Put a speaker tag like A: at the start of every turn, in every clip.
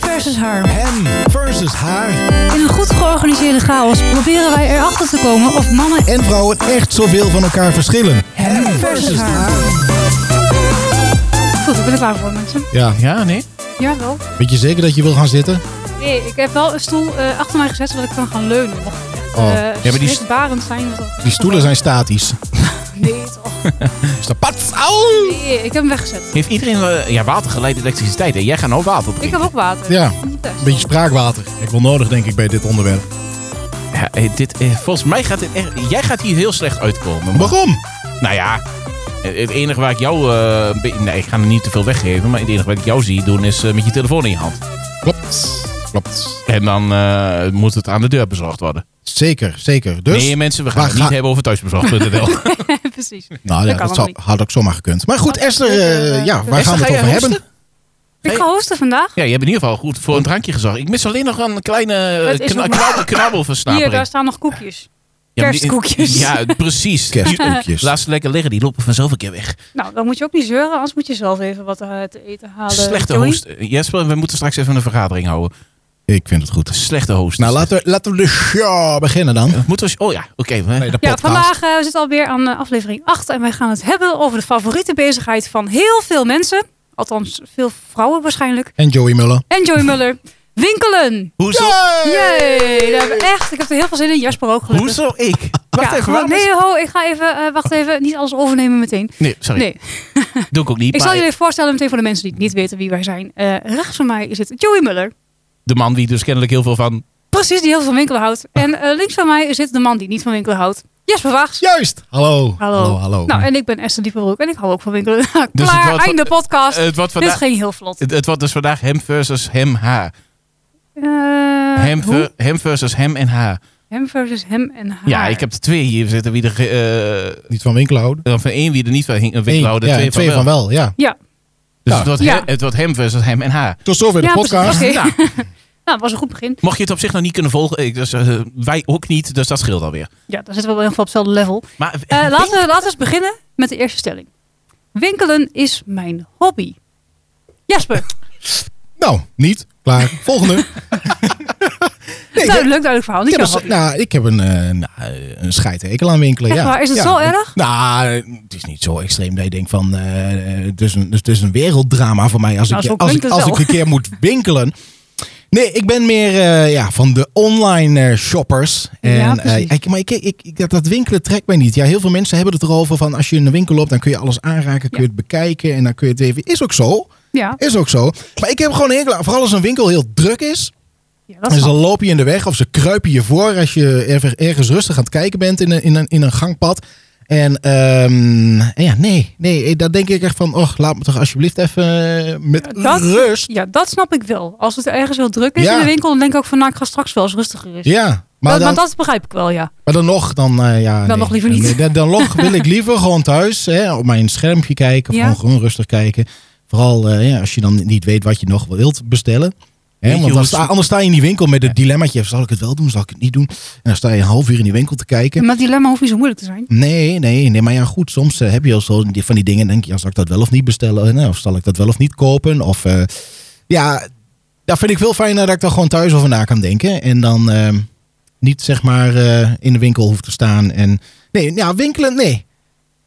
A: versus haar.
B: Hem versus haar.
A: In een goed georganiseerde chaos proberen wij erachter te komen of mannen
B: En vrouwen echt zoveel van elkaar verschillen.
A: hem versus haar. Goed, ik ben er klaar voor mensen.
B: Ja.
C: Ja, nee?
A: Jawel.
B: Weet je zeker dat je wil gaan zitten?
A: Nee, ik heb wel een stoel eh, achter mij gezet zodat ik kan gaan leunen. Mocht het echt
B: Oh.
A: oh.
B: Ja,
C: maar die-
A: zijn. want dat-
B: Die stoelen zijn statisch.
A: Nee, toch.
B: Dus dan pats. Au!
A: Nee, ik heb hem weggezet.
C: Heeft iedereen eh, ja, watergeleid elektriciteit? Hè? Jij gaat nou water
A: Ik
C: drinken.
A: heb ook water.
B: Ja,
A: Niet best.
B: een beetje spraakwater. Ik wil nodig, denk ik, bij dit onderwerp.
C: Ja, eh, dit, eh, volgens mij gaat dit echt... Jij gaat hier heel slecht uitkomen. maar-
B: Waarom?
C: Nou ja, eh, het enige waar ik jou... eh, een beetje- nee, ik ga er niet te veel weggeven. Maar het enige wat ik jou zie doen is eh, met je telefoon in je hand.
B: Klopt. Klopt.
C: En dan eh, moet het aan de deur bezorgd worden.
B: Zeker, zeker. Dus,
C: nee mensen, we gaan
B: waar
C: het niet
B: ga-
C: hebben over thuisbezorgd.nl.
A: Precies.
B: nou ja,
A: dat kan
B: dat,
A: nog
B: zou,
A: niet.
B: had ook zomaar gekund. Maar goed,
A: Dat
B: Esther,
A: is,
B: eh,
A: eh,
B: ja, waar gaan we
C: Esther, ga
B: het
C: jij
B: over hebben?
C: hosten?
A: Ik
C: Hey.
A: ga hosten vandaag.
C: Ja, je hebt in ieder geval goed voor een drankje gezorgd. Ik mis alleen nog een kleine
A: Het
C: eh,
A: is
C: kna
A: nog maar-
C: knabbel- knabbelversnapering.
A: Hier, daar staan nog koekjes.
C: Ja, maar die-
A: kerstkoekjes.
C: Ja, precies.
B: Kerstkoekjes.
C: Laat ze lekker liggen, die lopen vanzelf een keer weg.
A: Nou, dan moet je ook niet zeuren, anders moet je zelf even wat eh, te eten halen.
C: Slechte
A: Joey.
C: host. Eh, Jesper, we moeten straks even een vergadering houden.
B: Ik vind het goed.
C: Slechte host.
B: Nou, laten we, laten we de show beginnen dan.
C: Moeten we... Oh ja, oké. we-
B: Nee, de
A: Ja,
B: podcast.
A: vandaag eh, we zitten alweer aan eh, aflevering 8 en wij gaan het hebben over de favoriete bezigheid van heel veel mensen. Althans, veel vrouwen waarschijnlijk.
B: En Joey Muller.
A: En Joey Muller. Winkelen!
C: Hoezo,
A: Yay! Daar hebben we echt, ik heb er heel veel zin in. Jasper ook gelukkig.
C: hoezo ik? Wacht
A: Ja,
C: even, waarom is-
A: Nee, ho, ik ga even, eh, wacht even, niet alles overnemen meteen.
C: Nee, sorry.
A: Nee,
C: Doe ik ook niet.
A: ik zal
C: maar
A: jullie even voorstellen meteen voor de mensen die niet weten wie wij zijn. Eh, rechts van mij is het Joey Muller.
C: De man die dus kennelijk heel veel van...
A: Precies, die heel veel van winkelen houdt. En eh, links van mij zit de man die niet van winkelen houdt. Jasper Waags.
B: Juist. Hallo.
A: Hallo.
B: Hallo. hallo.
A: Nou, en ik ben Esther Dieperbroek en ik hou ook van winkelen. Klaar,
C: Dus het wordt-
A: einde podcast.
C: Eh, Het wordt,
A: Dit
C: vandaag,
A: ging heel vlot.
C: het, het wordt dus vandaag hem versus hem, haar.
A: Eh,
C: Hem,
A: hoe?
C: ver- hem versus hem en haar.
A: hem versus hem en haar.
C: Ja, ik heb er twee hier zitten. Wie er, eh,
B: Niet van winkel houden.
C: dan van één wie er niet van hing, een
B: Eén.
C: winkel houden,
B: ja,
C: twee,
B: en twee
C: van
B: van
C: wel.
B: wel. ja.
A: Ja, Nou,
C: Dus
B: Ja.
C: het, wordt
A: Ja.
C: hem, het wordt hem versus hem en haar.
B: Tot zover de
A: Ja, precies.
B: podcast.
A: Oké.
C: Nou,
A: nou, was een goed begin.
C: mocht je het op zich nog niet kunnen volgen, ik, dus, eh, wij ook niet, dus dat scheelt alweer.
A: Ja, dan zitten we wel in ieder geval op hetzelfde level.
C: Maar
A: Eh,
C: eh,
A: laten, we, laten we eens beginnen met de eerste stelling. Winkelen is mijn hobby. Jasper,
B: Nou, niet. Klaar. Volgende. nee, ik heb-
A: duidelijk, Nou, duidelijk verhaal.
B: ik
A: Niet
B: heb,
A: jouw
B: een,
A: hobby.
B: nou, ik heb een, eh nou, een scheidhekel aan winkelen.
A: Echt
B: ja.
A: waar? Is het
B: Ja.
A: zo erg?
B: Nou, het is niet zo extreem dat je denkt van... eh, het, is een, het is een werelddrama voor mij als,
A: Nou,
B: ik,
A: zo
B: als,
A: klinkt
B: ik,
A: het
B: als
A: wel.
B: ik een keer moet winkelen. Nee, ik ben meer eh, ja, van de online eh, shoppers. En,
A: Ja,
B: eh,
A: precies.
B: ik- maar ik, ik, ik- dat, dat winkelen trekt mij niet. Ja, heel veel mensen hebben het erover van als je in een winkel loopt... dan kun je alles aanraken, kun je het bekijken en dan kun je het even... Is ook zo,
A: Ja,
B: is ook zo. Maar ik heb gewoon een hekel aan, vooral als een winkel heel druk is...
A: ja dat
B: En
A: is
B: ze lopen je in de weg of ze kruipen je voor als je er- ergens rustig aan het kijken bent in een, in een, in een gangpad. En ehm, en ja, nee, nee, daar denk ik echt van, och, laat me toch alsjeblieft even eh, met
A: Ja, dat-
B: rust.
A: Ja, dat snap ik wel. Als het ergens heel druk is
B: Ja.
A: in de winkel, dan denk ik ook van, nou, ik ga straks wel eens rustiger is.
B: Ja, maar
A: dat, maar
B: dan,
A: dat begrijp ik wel, ja.
B: maar dan nog, dan, eh, ja,
A: Dan
B: nee.
A: nog liever niet.
B: Nee, dan, dan nog wil ik liever gewoon thuis hè, op mijn schermpje kijken of
A: Ja.
B: gewoon, gewoon rustig kijken. Vooral eh, ja, als je dan niet weet wat je nog wilt bestellen. Hè,
C: Weet je
B: want
C: hoe
B: dan sta-
C: het-
B: anders sta je in die winkel met het dilemmaatje, zal ik het wel doen, zal ik het niet doen? En dan sta je een half uur in die winkel te kijken.
A: Maar het dilemma hoeft niet zo moeilijk te zijn.
B: Nee, nee, nee. Maar ja, goed, soms eh, heb je al zo die- van die dingen. en Denk je, ja, zal ik dat wel of niet bestellen? Nou, Of zal ik dat wel of niet kopen? Of eh, ja, daar vind ik veel fijner dat ik daar gewoon thuis over na kan denken. En dan eh, niet zeg maar eh, in de winkel hoeft te staan. En nee, ja, winkelen, nee.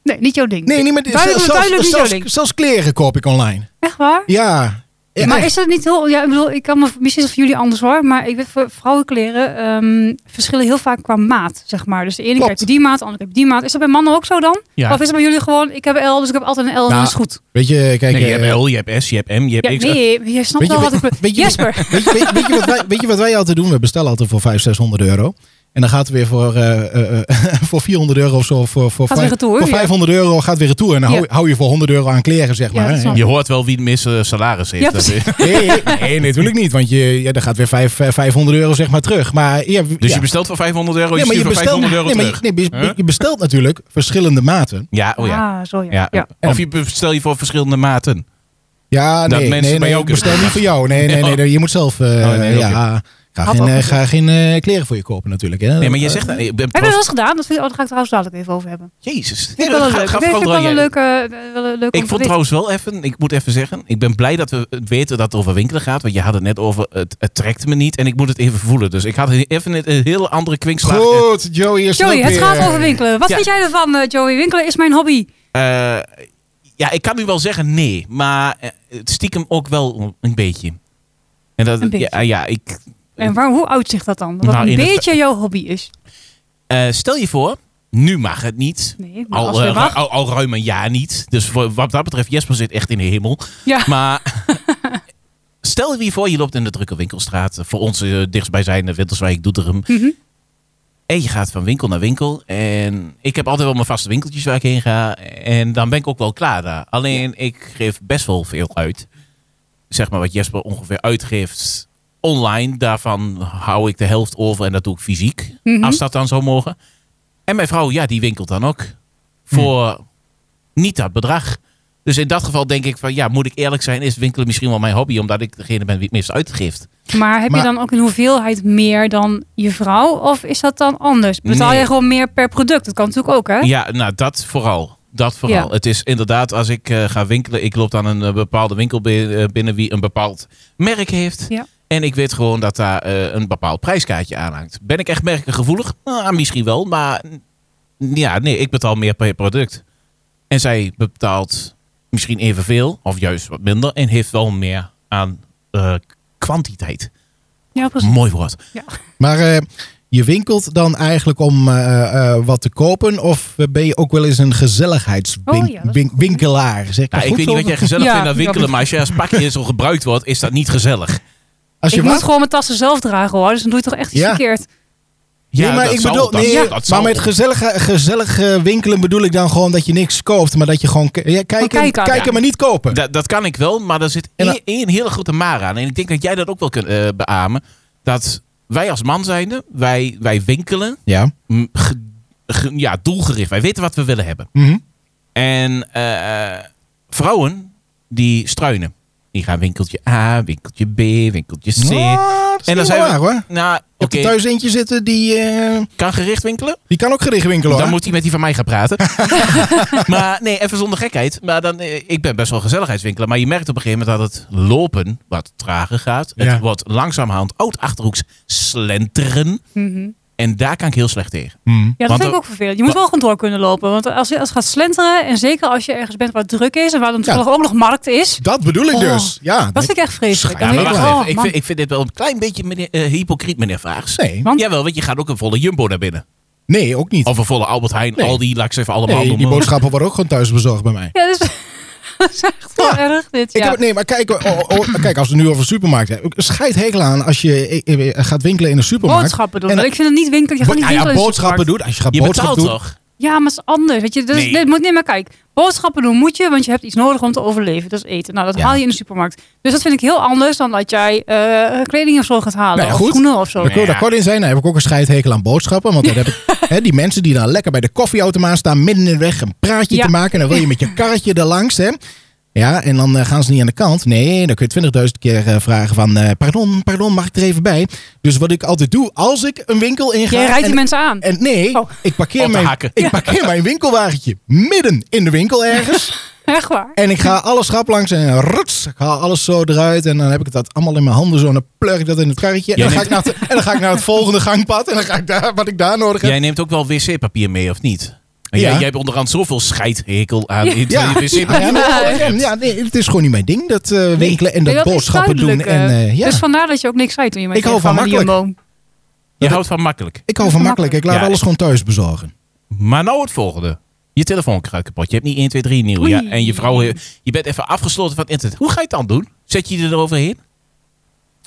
A: Nee, niet jouw ding.
B: Nee, niet met
A: Duidelijk-
B: zelfs-
A: duidelijk niet jouw
B: zelfs,
A: ding.
B: zelfs kleren koop ik online.
A: Echt waar?
B: Ja. Ja,
A: maar
B: echt.
A: is dat niet heel... Ja, ik bedoel, ik kan me, misschien is het voor jullie anders hoor. Maar ik weet, voor vrouwenkleren ehm, verschillen heel vaak qua maat, zeg maar. Dus de ene
B: Klopt.
A: keer heb je die maat, de andere keer heb je die maat. Is dat bij mannen ook zo dan?
C: ja.
A: Of is het bij jullie gewoon, ik heb L, dus ik heb altijd een L en
B: Nou,
A: dat is goed.
B: Weet je, kijk.
C: nee, je
B: eh,
C: hebt L, je hebt S, je hebt M, je hebt
A: Ja,
C: X.
A: nee, je snapt
B: Weet je-
A: wel wat ik... bedoel.
B: weet je-
A: Jasper,
B: Weet je, weet, weet je wat wij, weet je wat wij altijd doen? We bestellen altijd voor 500, 600 euro. En dan gaat het weer voor, eh, eh, eh, voor 400 euro of zo. Voor, voor,
A: Gaat
B: vijf-
A: weer retour,
B: voor
A: ja.
B: 500 euro gaat weer retour. En dan
A: Ja.
B: hou, hou je voor 100 euro aan kleren, zeg
A: Ja,
B: maar.
A: dat snap
C: Je hoort wel wie het mis eh, salaris heeft.
A: Ja,
C: Dat-
A: precies.
B: nee, nee, nee, natuurlijk niet. Want je, ja, dan gaat weer vijf, eh, 500 euro zeg maar terug. Maar, ja,
C: Dus
B: ja.
C: je bestelt voor 500 euro,
B: Nee,
C: je
B: maar
C: stuurt
B: je
C: voor
B: bestelt,
C: 500 euro
B: nee, maar je,
C: terug.
B: nee, je-
C: Huh?
B: je bestelt natuurlijk verschillende maten.
C: Ja, oh ja.
A: Ah, zo ja.
C: ja.
A: ja.
C: Of je bestel je voor verschillende maten.
B: Ja,
C: Dat
B: nee,
C: mensen
B: nee,
C: bij
B: nee,
C: jou
B: ik
C: kunnen
B: bestel niet
C: vragen.
B: voor jou. Nee, nee, nee,
C: Ja.
B: nee, je moet zelf. eh,
C: Oh, nee, oké.
B: ja, ga
A: Had
B: geen,
A: ook
B: eh,
A: gezegd.
B: ga geen eh, kleren voor je kopen natuurlijk. Hè?
C: Nee, maar je
B: Eh,
C: zegt... dat- Ik ben
A: Heb je
C: trots-
A: dat eens gedaan? Dat vind ik, oh, daar ga ik trouwens dadelijk even over hebben.
C: Jezus.
A: Vind ik wel een
C: Ga-
A: leuke.
C: ga
A: Nee, vind ik
C: veranderen
A: wel een
C: jij-
A: leuke, eh, wel een leuke
C: Ik vond trouwens wel even, ik moet even zeggen, ik ben blij dat we het weten dat het over winkelen gaat. Want je had het net over, het, het trekt me niet en ik moet het even voelen. Dus ik had even een, een hele andere kwinkslag.
B: Goed, Joey is
A: Joey,
B: er ook
A: het
B: weer.
A: gaat over winkelen. Wat
C: Ja.
A: vind jij ervan, eh, Joey? Winkelen is mijn hobby.
C: Eh, eh, ja, ik kan nu wel zeggen nee, maar eh, het stiekem ook wel een beetje. En dat,
A: Een beetje.
C: Ja, ja, ik,
A: En waar, hoe uitzicht dat dan? Wat
C: Nou,
A: een
C: in het-
A: beetje jouw hobby is.
C: eh, stel je voor, nu mag het niet.
A: Nee, maar als
C: Al,
A: we
C: eh,
A: wachten.
C: al, al ruim een jaar niet. Dus voor- wat dat betreft, Jesper zit echt in de hemel.
A: Ja.
C: Maar stel je voor, je loopt in de drukke winkelstraat. Voor ons eh, dichtstbijzijnde Winterswijk, Doetinchem.
A: Mhm.
C: En je gaat van winkel naar winkel. En ik heb altijd wel mijn vaste winkeltjes waar ik heen ga. En dan ben ik ook wel klaar daar. Alleen ik geef best wel veel uit. Zeg maar wat Jesper ongeveer uitgeeft online. Daarvan hou ik de helft over en dat doe ik fysiek.
A: Mhm.
C: Als dat dan zou mogen. En mijn vrouw, ja, die winkelt dan ook. Voor
A: Mhm.
C: niet dat bedrag. Dus in dat geval denk ik van, ja, moet ik eerlijk zijn, is winkelen misschien wel mijn hobby, omdat ik degene ben die het meest uitgeeft.
A: Maar heb
B: Maar-
A: je dan ook een hoeveelheid meer dan je vrouw? Of is dat dan anders? Betaal
C: Nee.
A: je gewoon meer per product? Dat kan natuurlijk ook, hè?
C: Ja, nou, dat vooral. Dat vooral.
A: Ja.
C: Het is inderdaad, als ik eh, ga winkelen, ik loop dan een eh, bepaalde winkel bin- eh, binnen wie een bepaald merk heeft.
A: Ja.
C: En ik weet gewoon dat daar eh, een bepaald prijskaartje aan hangt. Ben ik echt merkengevoelig? Nou, misschien wel, maar n- ja, nee, ik betaal meer per product. En zij betaalt misschien evenveel, of juist wat minder, en heeft wel meer aan eh, kwantiteit.
A: Ja, precies.
C: Mooi woord.
B: Maar eh, je winkelt dan eigenlijk om eh, eh, wat te kopen? Of ben je ook wel eens een
A: Oh ja, dat is
B: gezelligheidswinkelaar? zeg ik dat
C: Nou, ik
B: goed
C: weet
B: zo?
C: niet wat jij gezellig
A: Ja,
C: vindt aan
A: ik snap
C: winkelen,
A: het.
C: maar als je als pakje zo gebruikt wordt, is dat niet gezellig.
B: Als je
A: Ik moet
B: wat?
A: gewoon mijn tassen zelf dragen, hoor. Dus dan doe je toch echt iets
B: Ja.
A: verkeerd.
B: nee, maar
C: dat
B: ik
C: zal,
B: bedoel,
C: dat-
B: nee,
C: dat zal.
B: maar met gezellige, gezellig eh, winkelen bedoel ik dan gewoon dat je niks koopt, maar dat je gewoon k- ja, kijken,
A: kijken.
B: kijken,
C: Ja.
B: maar niet kopen.
C: Dat, dat kan ik wel, maar daar zit
B: En dan-
C: één, één hele grote maar aan. En ik denk dat jij dat ook wel kunt eh, beamen. Dat wij als man zijnde, wij, wij winkelen
B: ja.
C: m, ge- ge- ja, doelgericht. Wij weten wat we willen hebben.
B: Mhm.
C: En eh, vrouwen, die struinen. Die gaan winkeltje A, winkeltje B, winkeltje C.
B: Ah, dat is
C: En dan
B: niet
C: zijn we-
B: waar, hoor.
C: Nou,
B: Ik
C: oké,
B: heb er thuis eentje zitten die, eh,
C: kan gericht winkelen?
B: die kan ook gericht winkelen.
C: Dan
B: hoor.
C: moet hij met die van mij gaan praten. maar nee, even zonder gekheid. Maar dan, eh, ik ben best wel gezelligheidswinkelen. Maar je merkt op een gegeven moment dat het lopen wat trager gaat.
B: Ja.
C: Het wordt langzamerhand oud-achterhoeks slenteren.
A: Mhm.
C: En daar kan ik heel slecht tegen.
B: Mhm.
A: Ja, dat
C: Want
A: vind ik
C: er-
A: ook vervelend. Je moet wel gewoon door kunnen lopen. Want als je als je gaat slenteren, en zeker als je ergens bent waar het druk is... en waar dan toevallig ook nog markt is...
B: Dat bedoel ik
A: Oh,
B: dus. Ja,
A: Dat vind ik echt vreselijk.
B: Ja,
A: Dan
C: maar
A: denk ik,
C: wacht
A: oh,
C: even. ik,
A: man.
C: vind, ik vind dit wel een klein beetje meneer, eh, hypocriet, meneer Vaags.
B: nee,
A: Want-
C: Jawel, want je gaat ook een volle Jumbo naar binnen.
B: nee, ook niet.
C: Of een volle Albert Heijn,
B: Nee.
C: al die, laat ik ze even allemaal
B: Nee, die
C: noemen.
B: boodschappen worden ook gewoon thuis bezorgd bij mij.
A: Ja, dat is, dat is echt heel
B: Ja.
A: erg dit.
B: Ik
A: Ja.
B: heb, nee, maar kijk, oh, oh, oh, kijk, als we het nu over supermarkt hebben. Scheid hekel aan als je eh, eh, gaat winkelen in een supermarkt.
A: Boodschappen doen.
B: En-
A: Want ik vind het niet winkel. Je gaat
B: Bo-
A: niet
B: nou
A: winkelen
B: ja,
A: in de
B: boodschappen
A: supermarkt.
B: doet. Als je gaat
C: Je betaalt
B: boodschappen doet.
C: toch?
A: Ja, maar het is anders. Weet je, dus,
C: Nee.
A: nee. moet, nee, maar kijk. Boodschappen doen moet je, want je hebt iets nodig om te overleven. Dat is eten. Nou, dat
B: Ja.
A: haal je in de supermarkt. Dus dat vind ik heel anders dan dat jij eh, kleding of zo gaat halen.
B: Nou ja,
A: of
B: goed.
A: schoenen of zo.
B: Daar kun je
C: Ja.
B: akkoord in zijn. Dan heb ik ook een scheidhekel aan boodschappen. Want dan heb ik hè, die mensen die dan lekker bij de koffieautomaat staan. midden in de weg een praatje
A: Ja.
B: te maken. En dan wil je met je karretje er langs. Hè. Ja, en dan eh, gaan ze niet aan de kant. Nee, dan kun je 20.000 keer eh, vragen van... eh, pardon, pardon, mag ik er even bij? Dus wat ik altijd doe, als ik een winkel inga...
A: Jij rijdt die
B: en-
A: mensen aan.
B: En nee,
A: Oh.
B: ik,
C: Op
B: parkeer
C: de
B: mijn,
C: hakken.
B: ik parkeer mijn winkelwagentje midden in de winkel ergens.
A: Echt waar.
B: en ik ga alle schap langs en rots, ik haal alles zo eruit. En dan heb ik dat allemaal in mijn handen zo en dan plug ik dat in het karretje. En
C: Jij
B: dan, ga ik naar het, en dan ga ik naar het volgende gangpad en dan ga ik daar wat ik daar nodig heb.
C: Jij neemt ook wel wc-papier mee, of niet? En
B: Ja.
C: Jij, jij hebt onderhand zoveel scheidhekel aan
A: Ja.
C: in
B: Ja,
C: je wc-papier.
B: ja, nee, ja, ja, nee, het is gewoon niet mijn ding, dat eh, winkelen en dat
A: Nee, is
B: boodschappen doen.
A: duidelijk,
B: En,
A: eh.
B: eh, ja.
A: Dus vandaar dat je ook niks zei toen je met
B: Ik hou van makkelijk.
C: Je houdt van makkelijk.
B: ik hou van makkelijk, ik laat
C: Ja.
B: alles gewoon thuis bezorgen.
C: Maar nou het volgende. Je telefoon kruikt kapot. Je hebt niet 1, 2, 3 nieuw.
A: Oei.
C: Ja, en je vrouw, eh, je bent even afgesloten van het internet. Hoe ga je het dan doen? Zet je je eroverheen?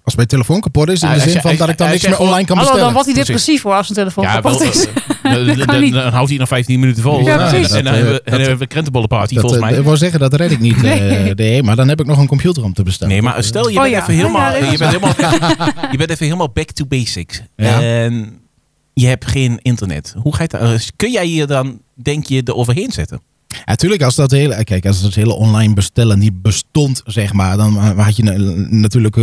B: Als mijn telefoon kapot is, in
C: Ah,
B: de
C: als
B: zin
C: je-
B: van
C: als-
B: dat ik dan
C: als
B: niks
C: je
B: meer
C: gewoon-
B: online kan
A: Hallo,
B: bestellen.
A: dan wordt hij
C: precies.
A: depressief hoor als een telefoon kapot
C: wel,
A: is.
C: eh, eh,
A: Dat kan
C: dan,
A: niet.
C: dan houdt hij nog 15 minuten vol.
A: Ja,
C: En-
A: precies.
C: En dan
B: Dat, eh,
C: hebben we- en
B: dat-
C: dan hebben we een krentenbollenparty,
B: Dat,
C: volgens
B: eh,
C: mij.
B: Ik wil zeggen, dat red ik niet. eh,
A: Nee.
B: nee. maar dan heb ik nog een computer om te bestellen.
C: Nee, maar stel je
A: Oh
C: bent
A: ja.
C: even helemaal,
A: Ja, ja,
C: je bent helemaal, je bent even helemaal back to basics.
B: Ja.
C: En je hebt geen internet. Hoe ga je het, eh, kun jij je dan, denk je, er overheen zetten?
B: Natuurlijk, als dat hele, eh, kijk, als dat hele online bestellen niet bestond, zeg maar, dan eh, had je na- natuurlijk eh,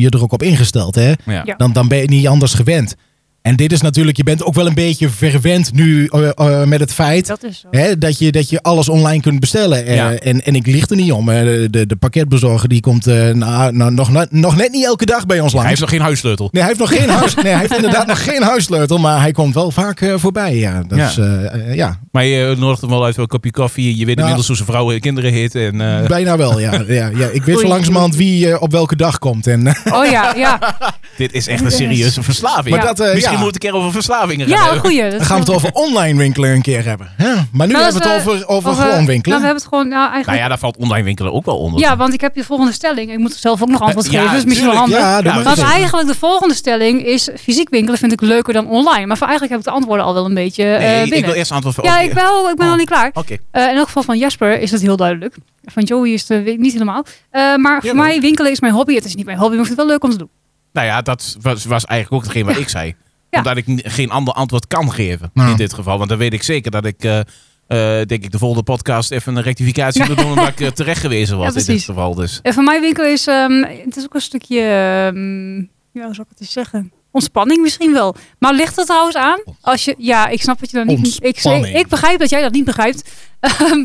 B: je er ook op ingesteld, hè?
C: Ja.
A: Ja.
B: Dan, dan ben je niet anders gewend. En dit is natuurlijk, je bent ook wel een beetje verwend nu eh, eh, met het feit
A: Dat is zo.
B: Hè, dat, je, dat je alles online kunt bestellen. Eh,
C: Ja.
B: en, en ik lieg er niet om. Eh, De, de, de pakketbezorger die komt eh, na, nou, nog, net- nog net niet elke dag bij ons
C: Hij
B: langs.
C: heeft nog geen huissleutel.
B: Nee, hij heeft nog geen huis. Nee, hij heeft inderdaad nog geen huissleutel, maar hij komt wel vaak eh, voorbij. Ja, dat
C: Ja.
B: Is, eh, eh, ja.
C: Maar je nodigt hem wel uit voor een kopje koffie. Je weet
B: Ja.
C: inmiddels hoe zijn vrouwen en kinderen heet. En, eh,
B: bijna wel. Ja, ja, ja. Ik weet zo
A: Oei.
B: langzamerhand wie eh, op welke dag komt. En,
A: Oh ja, ja.
C: dit is echt een serieuze verslaving.
B: Maar dat, eh,
C: Misschien
B: ja.
C: moet ik een keer over verslavingen gaan
A: Ja,
C: hebben.
A: goeie.
B: dan gaan we het over online winkelen een keer hebben. Hè? Maar nu
A: Nou,
B: hebben we het
A: als we-
B: over, over, gewoon
A: Nou,
B: winkelen.
A: we hebben het gewoon nou,
C: Nou
A: eigenlijk...
C: ja, daar valt online winkelen ook wel onder.
A: ja. want ik heb je volgende stelling. Ik moet er zelf ook nog antwoord
C: Ja,
A: geven, dus misschien wel handig.
C: tuurlijk,
B: Eh, ja, doe
C: Ja,
B: maar
A: Want
B: eens even.
A: eigenlijk de volgende stelling is... fysiek winkelen vind ik leuker dan online. Maar voor eigenlijk heb ik de antwoorden al wel een beetje eh,
C: Nee, ik
A: binnen.
C: wil eerst antwoord voor
A: ja,
C: Oké.
A: ik, wel, ik ben
C: Oh.
A: al niet klaar.
C: Oké.
A: Eh, in elk geval van Jasper is dat heel duidelijk. Van Joey is het eh, niet helemaal. Eh, maar voor
C: Jawel.
A: mij winkelen is mijn hobby. Het is niet mijn hobby, maar ik vind het wel leuk om te doen.
C: Nou ja, dat was, was eigenlijk ook hetgeen wat ik zei.
A: Ja.
C: Omdat ik ni- geen ander antwoord kan geven
B: Nou.
C: in dit geval. Want dan weet ik zeker dat ik, eh, eh, denk ik, de volgende podcast even een rectificatie moet doen. Omdat ik eh, terecht gewezen was
A: Ja,
C: in dit
A: precies.
C: geval. Dus.
A: En voor mij winkelen is... ehm, het is ook een stukje... ehm, ja, hoe zou ik het eens zeggen? Ontspanning misschien wel. Maar ligt dat trouwens aan? Als je, ja, ik snap wat je dan niet... Ik,
B: Ontspanning.
A: ik begrijp dat jij dat niet begrijpt. Ehm,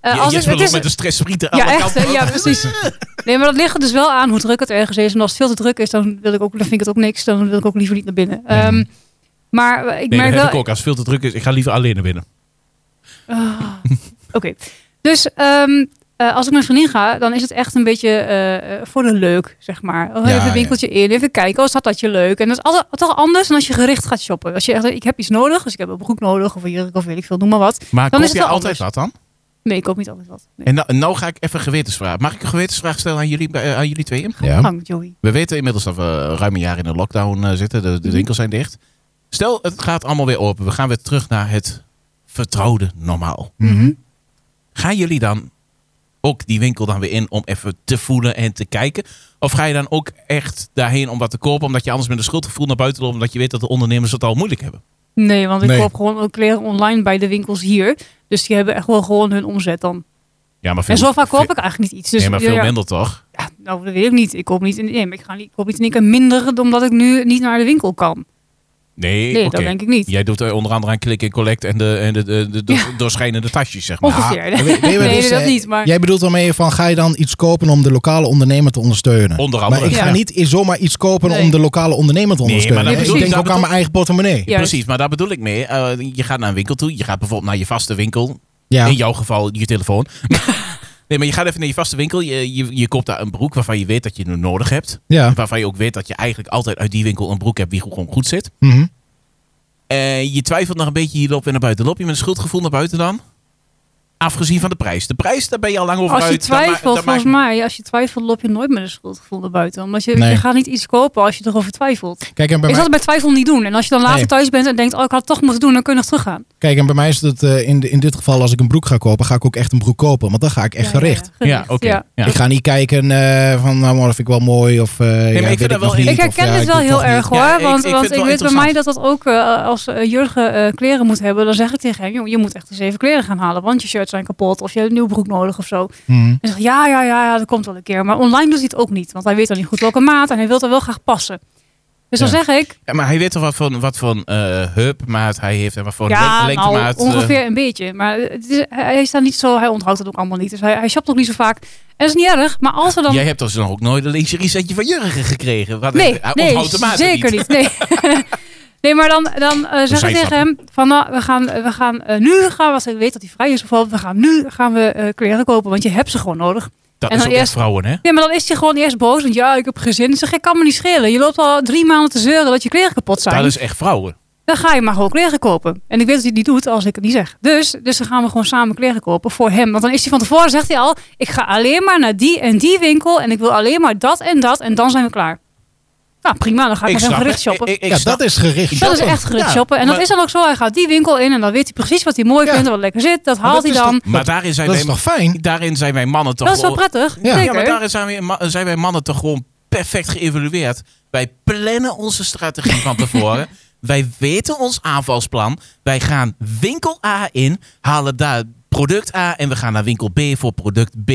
A: eh,
C: Ja,
A: als het,
C: Jesper
A: het
C: loopt
A: is,
C: met de Oh, stressprieten aan
A: ja,
C: alle
A: echt.
C: kanten.
A: hè? Ja, precies. Nee, maar dat ligt er dus wel aan hoe druk het ergens is. En als het veel te druk is, dan, wil ik ook, dan vind ik het ook niks. Dan wil ik ook liever niet naar binnen. Ehm, maar eh, ik
C: Nee, dat
A: merk
C: heb
A: wel...
C: ik ook. Als het veel te druk is, ik ga liever alleen naar binnen.
A: Ah, Oké. Dus ehm, eh, als ik met een vriendin ga, dan is het echt een beetje eh, eh, voor de leuk, zeg maar. Oh,
B: Ja,
A: even een winkeltje in, even kijken. Oh, staat dat je leuk? En dat is altijd, toch anders dan als je gericht gaat shoppen. Als je echt, ik heb iets nodig, dus ik heb een broek nodig of een jurk of weet ik veel, noem maar wat. Dan
C: Maar koop
A: is het
C: jij
A: wel
C: altijd wat dan?
A: Nee, ik koop niet altijd wat. Nee.
C: En nou, nou ga ik even een gewetensvraag. Mag ik een gewetensvraag stellen aan jullie, bij- eh, aan jullie tweeën?
B: Ja.
A: Gang, Joey.
C: We weten inmiddels dat we ruim een jaar in de lockdown eh, zitten. De, de winkels zijn dicht. Stel, het gaat allemaal weer open. We gaan weer terug naar het vertrouwde normaal.
B: Mhm.
C: Gaan jullie dan ook die winkel dan weer in om even te voelen en te kijken? Of ga je dan ook echt daarheen om wat te kopen? Omdat je anders met een schuldgevoel naar buiten loopt. Omdat je weet dat de ondernemers het al moeilijk hebben.
A: Nee, want ik
B: Nee.
A: koop gewoon ook kleren online bij de winkels hier. Dus die hebben echt wel gewoon hun omzet dan.
C: Ja, maar veel,
A: En zo vaak koop
C: veel-
A: ik eigenlijk niet iets. Dus
C: nee, maar
A: ja,
C: veel
A: ja.
C: minder toch?
A: Ja, nou, dat weet ik niet. Ik koop niet in, nee, maar ik, ga niet, ik koop niet in één keer minder omdat ik nu niet naar de winkel kan.
C: Nee,
A: Nee,
C: oké.
A: dat denk ik niet.
C: Jij doet eh, onder andere aan klik en collect en de, en de, de, de, de doorschijnende tasjes, zeg maar.
A: Ongeveer.
B: Ah, weet- weet je wat
A: Nee,
B: het is,
A: dat
B: eh,
A: niet, maar-
B: Jij bedoelt daarmee van, ga je dan iets kopen om de lokale ondernemer te ondersteunen?
C: Onder
B: Maar
C: andere.
B: ik ga
A: Ja.
B: niet zomaar iets kopen om
A: Nee.
B: de lokale ondernemer te
C: Nee, maar
B: ondersteunen.
C: dat
B: ik
A: bedoel ik,
B: denk
C: dat
B: ook aan
C: bedoel-
B: mijn eigen portemonnee.
A: Ja. Juist.
C: Precies, maar daar bedoel ik mee. Eh, je gaat naar een winkel toe. Je gaat bijvoorbeeld naar je vaste winkel.
B: Ja.
C: In jouw geval je telefoon. nee, maar je gaat even naar je vaste winkel. Je, je, je koopt daar een broek waarvan je weet dat je het nodig hebt.
B: Ja.
C: Waarvan je ook weet dat je eigenlijk altijd uit die winkel een broek hebt die gewoon goed zit.
B: Mhm.
C: En je twijfelt nog een beetje. Je loopt weer naar buiten. Loop je met een schuldgevoel naar buiten dan? Afgezien van de prijs. De prijs, daar ben je al lang over
A: Als je
C: uit. Dat ma-
A: twijfelt,
C: dat
A: volgens
C: maakt-
A: mij, als je twijfelt, loop je nooit met een schuldgevoel naar buiten. Omdat je,
B: Nee.
A: je gaat niet iets kopen als je erover twijfelt.
B: Kijk, en bij
A: ik
B: mij,
A: zal het bij twijfel niet doen. En als je dan later
B: Nee.
A: thuis bent en denkt, oh, ik had het toch moeten doen, dan kun je nog teruggaan.
B: kijk, en bij mij is het eh, in, de- in dit geval, als ik een broek ga kopen, ga ik ook echt een broek kopen. Want dan ga ik echt
A: Ja,
B: gericht.
A: Ja,
C: Ja, oké. Ja.
B: Ik ga niet kijken eh, van, nou, maar dat vind ik wel mooi. Of, eh ja,
C: ik
B: weet
C: vind
B: ik
C: dat
B: nog
C: wel-
B: niet,
A: Ik
B: of,
A: herken
B: ja,
A: dit
B: ik
A: wel
B: doe
A: heel
B: toch
A: erg
B: niet.
A: hoor.
C: Ja, ik-
A: want
C: ik
A: want
C: vind het
A: ik
C: wel
A: weet bij mij dat dat ook, eh, als eh, Jurgen eh, kleren moet hebben, dan zeg ik tegen hem, joh, je moet echt eens even kleren gaan halen. Want je shirts zijn kapot of je hebt een nieuwe broek nodig of zo.
B: Mhm.
A: En zegt, ja, ja, ja, ja, dat komt wel een keer. Maar online doet hij het ook niet. Want hij weet dan niet goed welke maat en hij wil er wel graag passen. Dus dan
B: Ja.
A: zeg ik,
C: Ja, maar hij weet toch wat voor wat van eh hupmaat hij heeft en wat voor
A: ja,
C: le- Oh, lengtemaat.
A: nou,
C: eh,
A: ongeveer een beetje. Maar het is, hij is daar niet zo, hij onthoudt het ook allemaal niet. Dus hij, hij shopt ook niet zo vaak. En dat is niet erg, maar als er dan...
C: Jij hebt dus nog ook nooit een lingerie setje van Jurgen gekregen. Wat, eh,
A: nee,
C: Ah, hij
A: nee,
C: onthoudt de maten
A: zeker niet. Nee. nee, maar dan, dan eh, zeg
C: zei
A: ik
C: je
A: tegen
C: dat?
A: hem van, nou, we gaan, we gaan eh, nu gaan, we, als ik weet dat hij vrij is bijvoorbeeld, we gaan nu gaan we eh, kleren kopen, want je hebt ze gewoon nodig.
C: Dat
A: En
C: is
A: dan
C: ook echt
A: eerst-
C: vrouwen, hè?
A: Nee, maar dan is hij gewoon eerst boos, want ja, ik heb gezin. Ik zeg, ik kan me niet schelen. Je loopt al drie maanden te zeuren dat je kleren kapot zijn.
C: Dat is echt vrouwen.
A: Dan ga je maar gewoon kleren kopen. En ik weet dat hij die doet als ik het niet zeg. Dus, dus dan gaan we gewoon samen kleren kopen voor hem. Want dan is hij van tevoren, zegt hij al, ik ga alleen maar naar die en die winkel. En ik wil alleen maar dat en dat. En dan zijn we klaar. Nou, prima. Dan ga ik,
C: Ik
A: met hem
C: snap
A: gericht
C: het.
A: shoppen.
C: Ik- ik- ik
B: Ja,
C: snap-
B: dat is gericht.
A: dat is
B: shoppen.
A: echt gericht
B: Ja,
A: shoppen. En
C: maar-
A: dat is dan ook zo. Hij gaat die winkel in en dan weet hij precies wat hij mooi
B: Ja.
A: vindt en wat lekker zit. Dat haalt
B: dat
A: hij
B: is
A: dan.
C: Maar daarin zijn,
B: Dat is
C: wij,
B: nog fijn?
C: daarin zijn wij mannen toch
A: Dat is wel
C: gewoon-
A: prettig.
B: Ja.
A: Zeker.
C: Ja, maar daarin zijn wij, ma- zijn wij mannen toch gewoon perfect geëvalueerd. Wij plannen onze strategie van tevoren. wij weten ons aanvalsplan. Wij gaan winkel A in, halen daar product A en we gaan naar winkel B voor product B.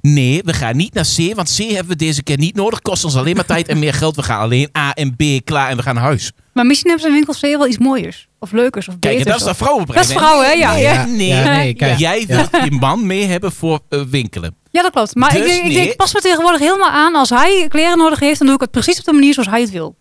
C: Nee, we gaan niet naar C, want C hebben we deze keer niet nodig. Kost ons alleen maar tijd en meer geld. We gaan alleen A en B klaar en we gaan naar huis.
A: Maar misschien hebben ze in winkel C wel iets mooiers. Of leukers. Of
C: Kijk, en
A: beters,
C: dat is
A: of-
C: dat vrouwenbrein.
A: Dat is vrouwen, hè? Ja,
C: Nee,
A: ja.
C: ja. nee.
B: nee, kijk.
C: Jij wilt je man mee hebben voor eh, winkelen.
A: Ja, dat klopt. Maar
C: Dus
A: ik, denk- ik,
C: nee.
A: denk, ik pas me tegenwoordig helemaal aan. Als hij kleren nodig heeft, dan doe ik het precies op de manier zoals hij het wil.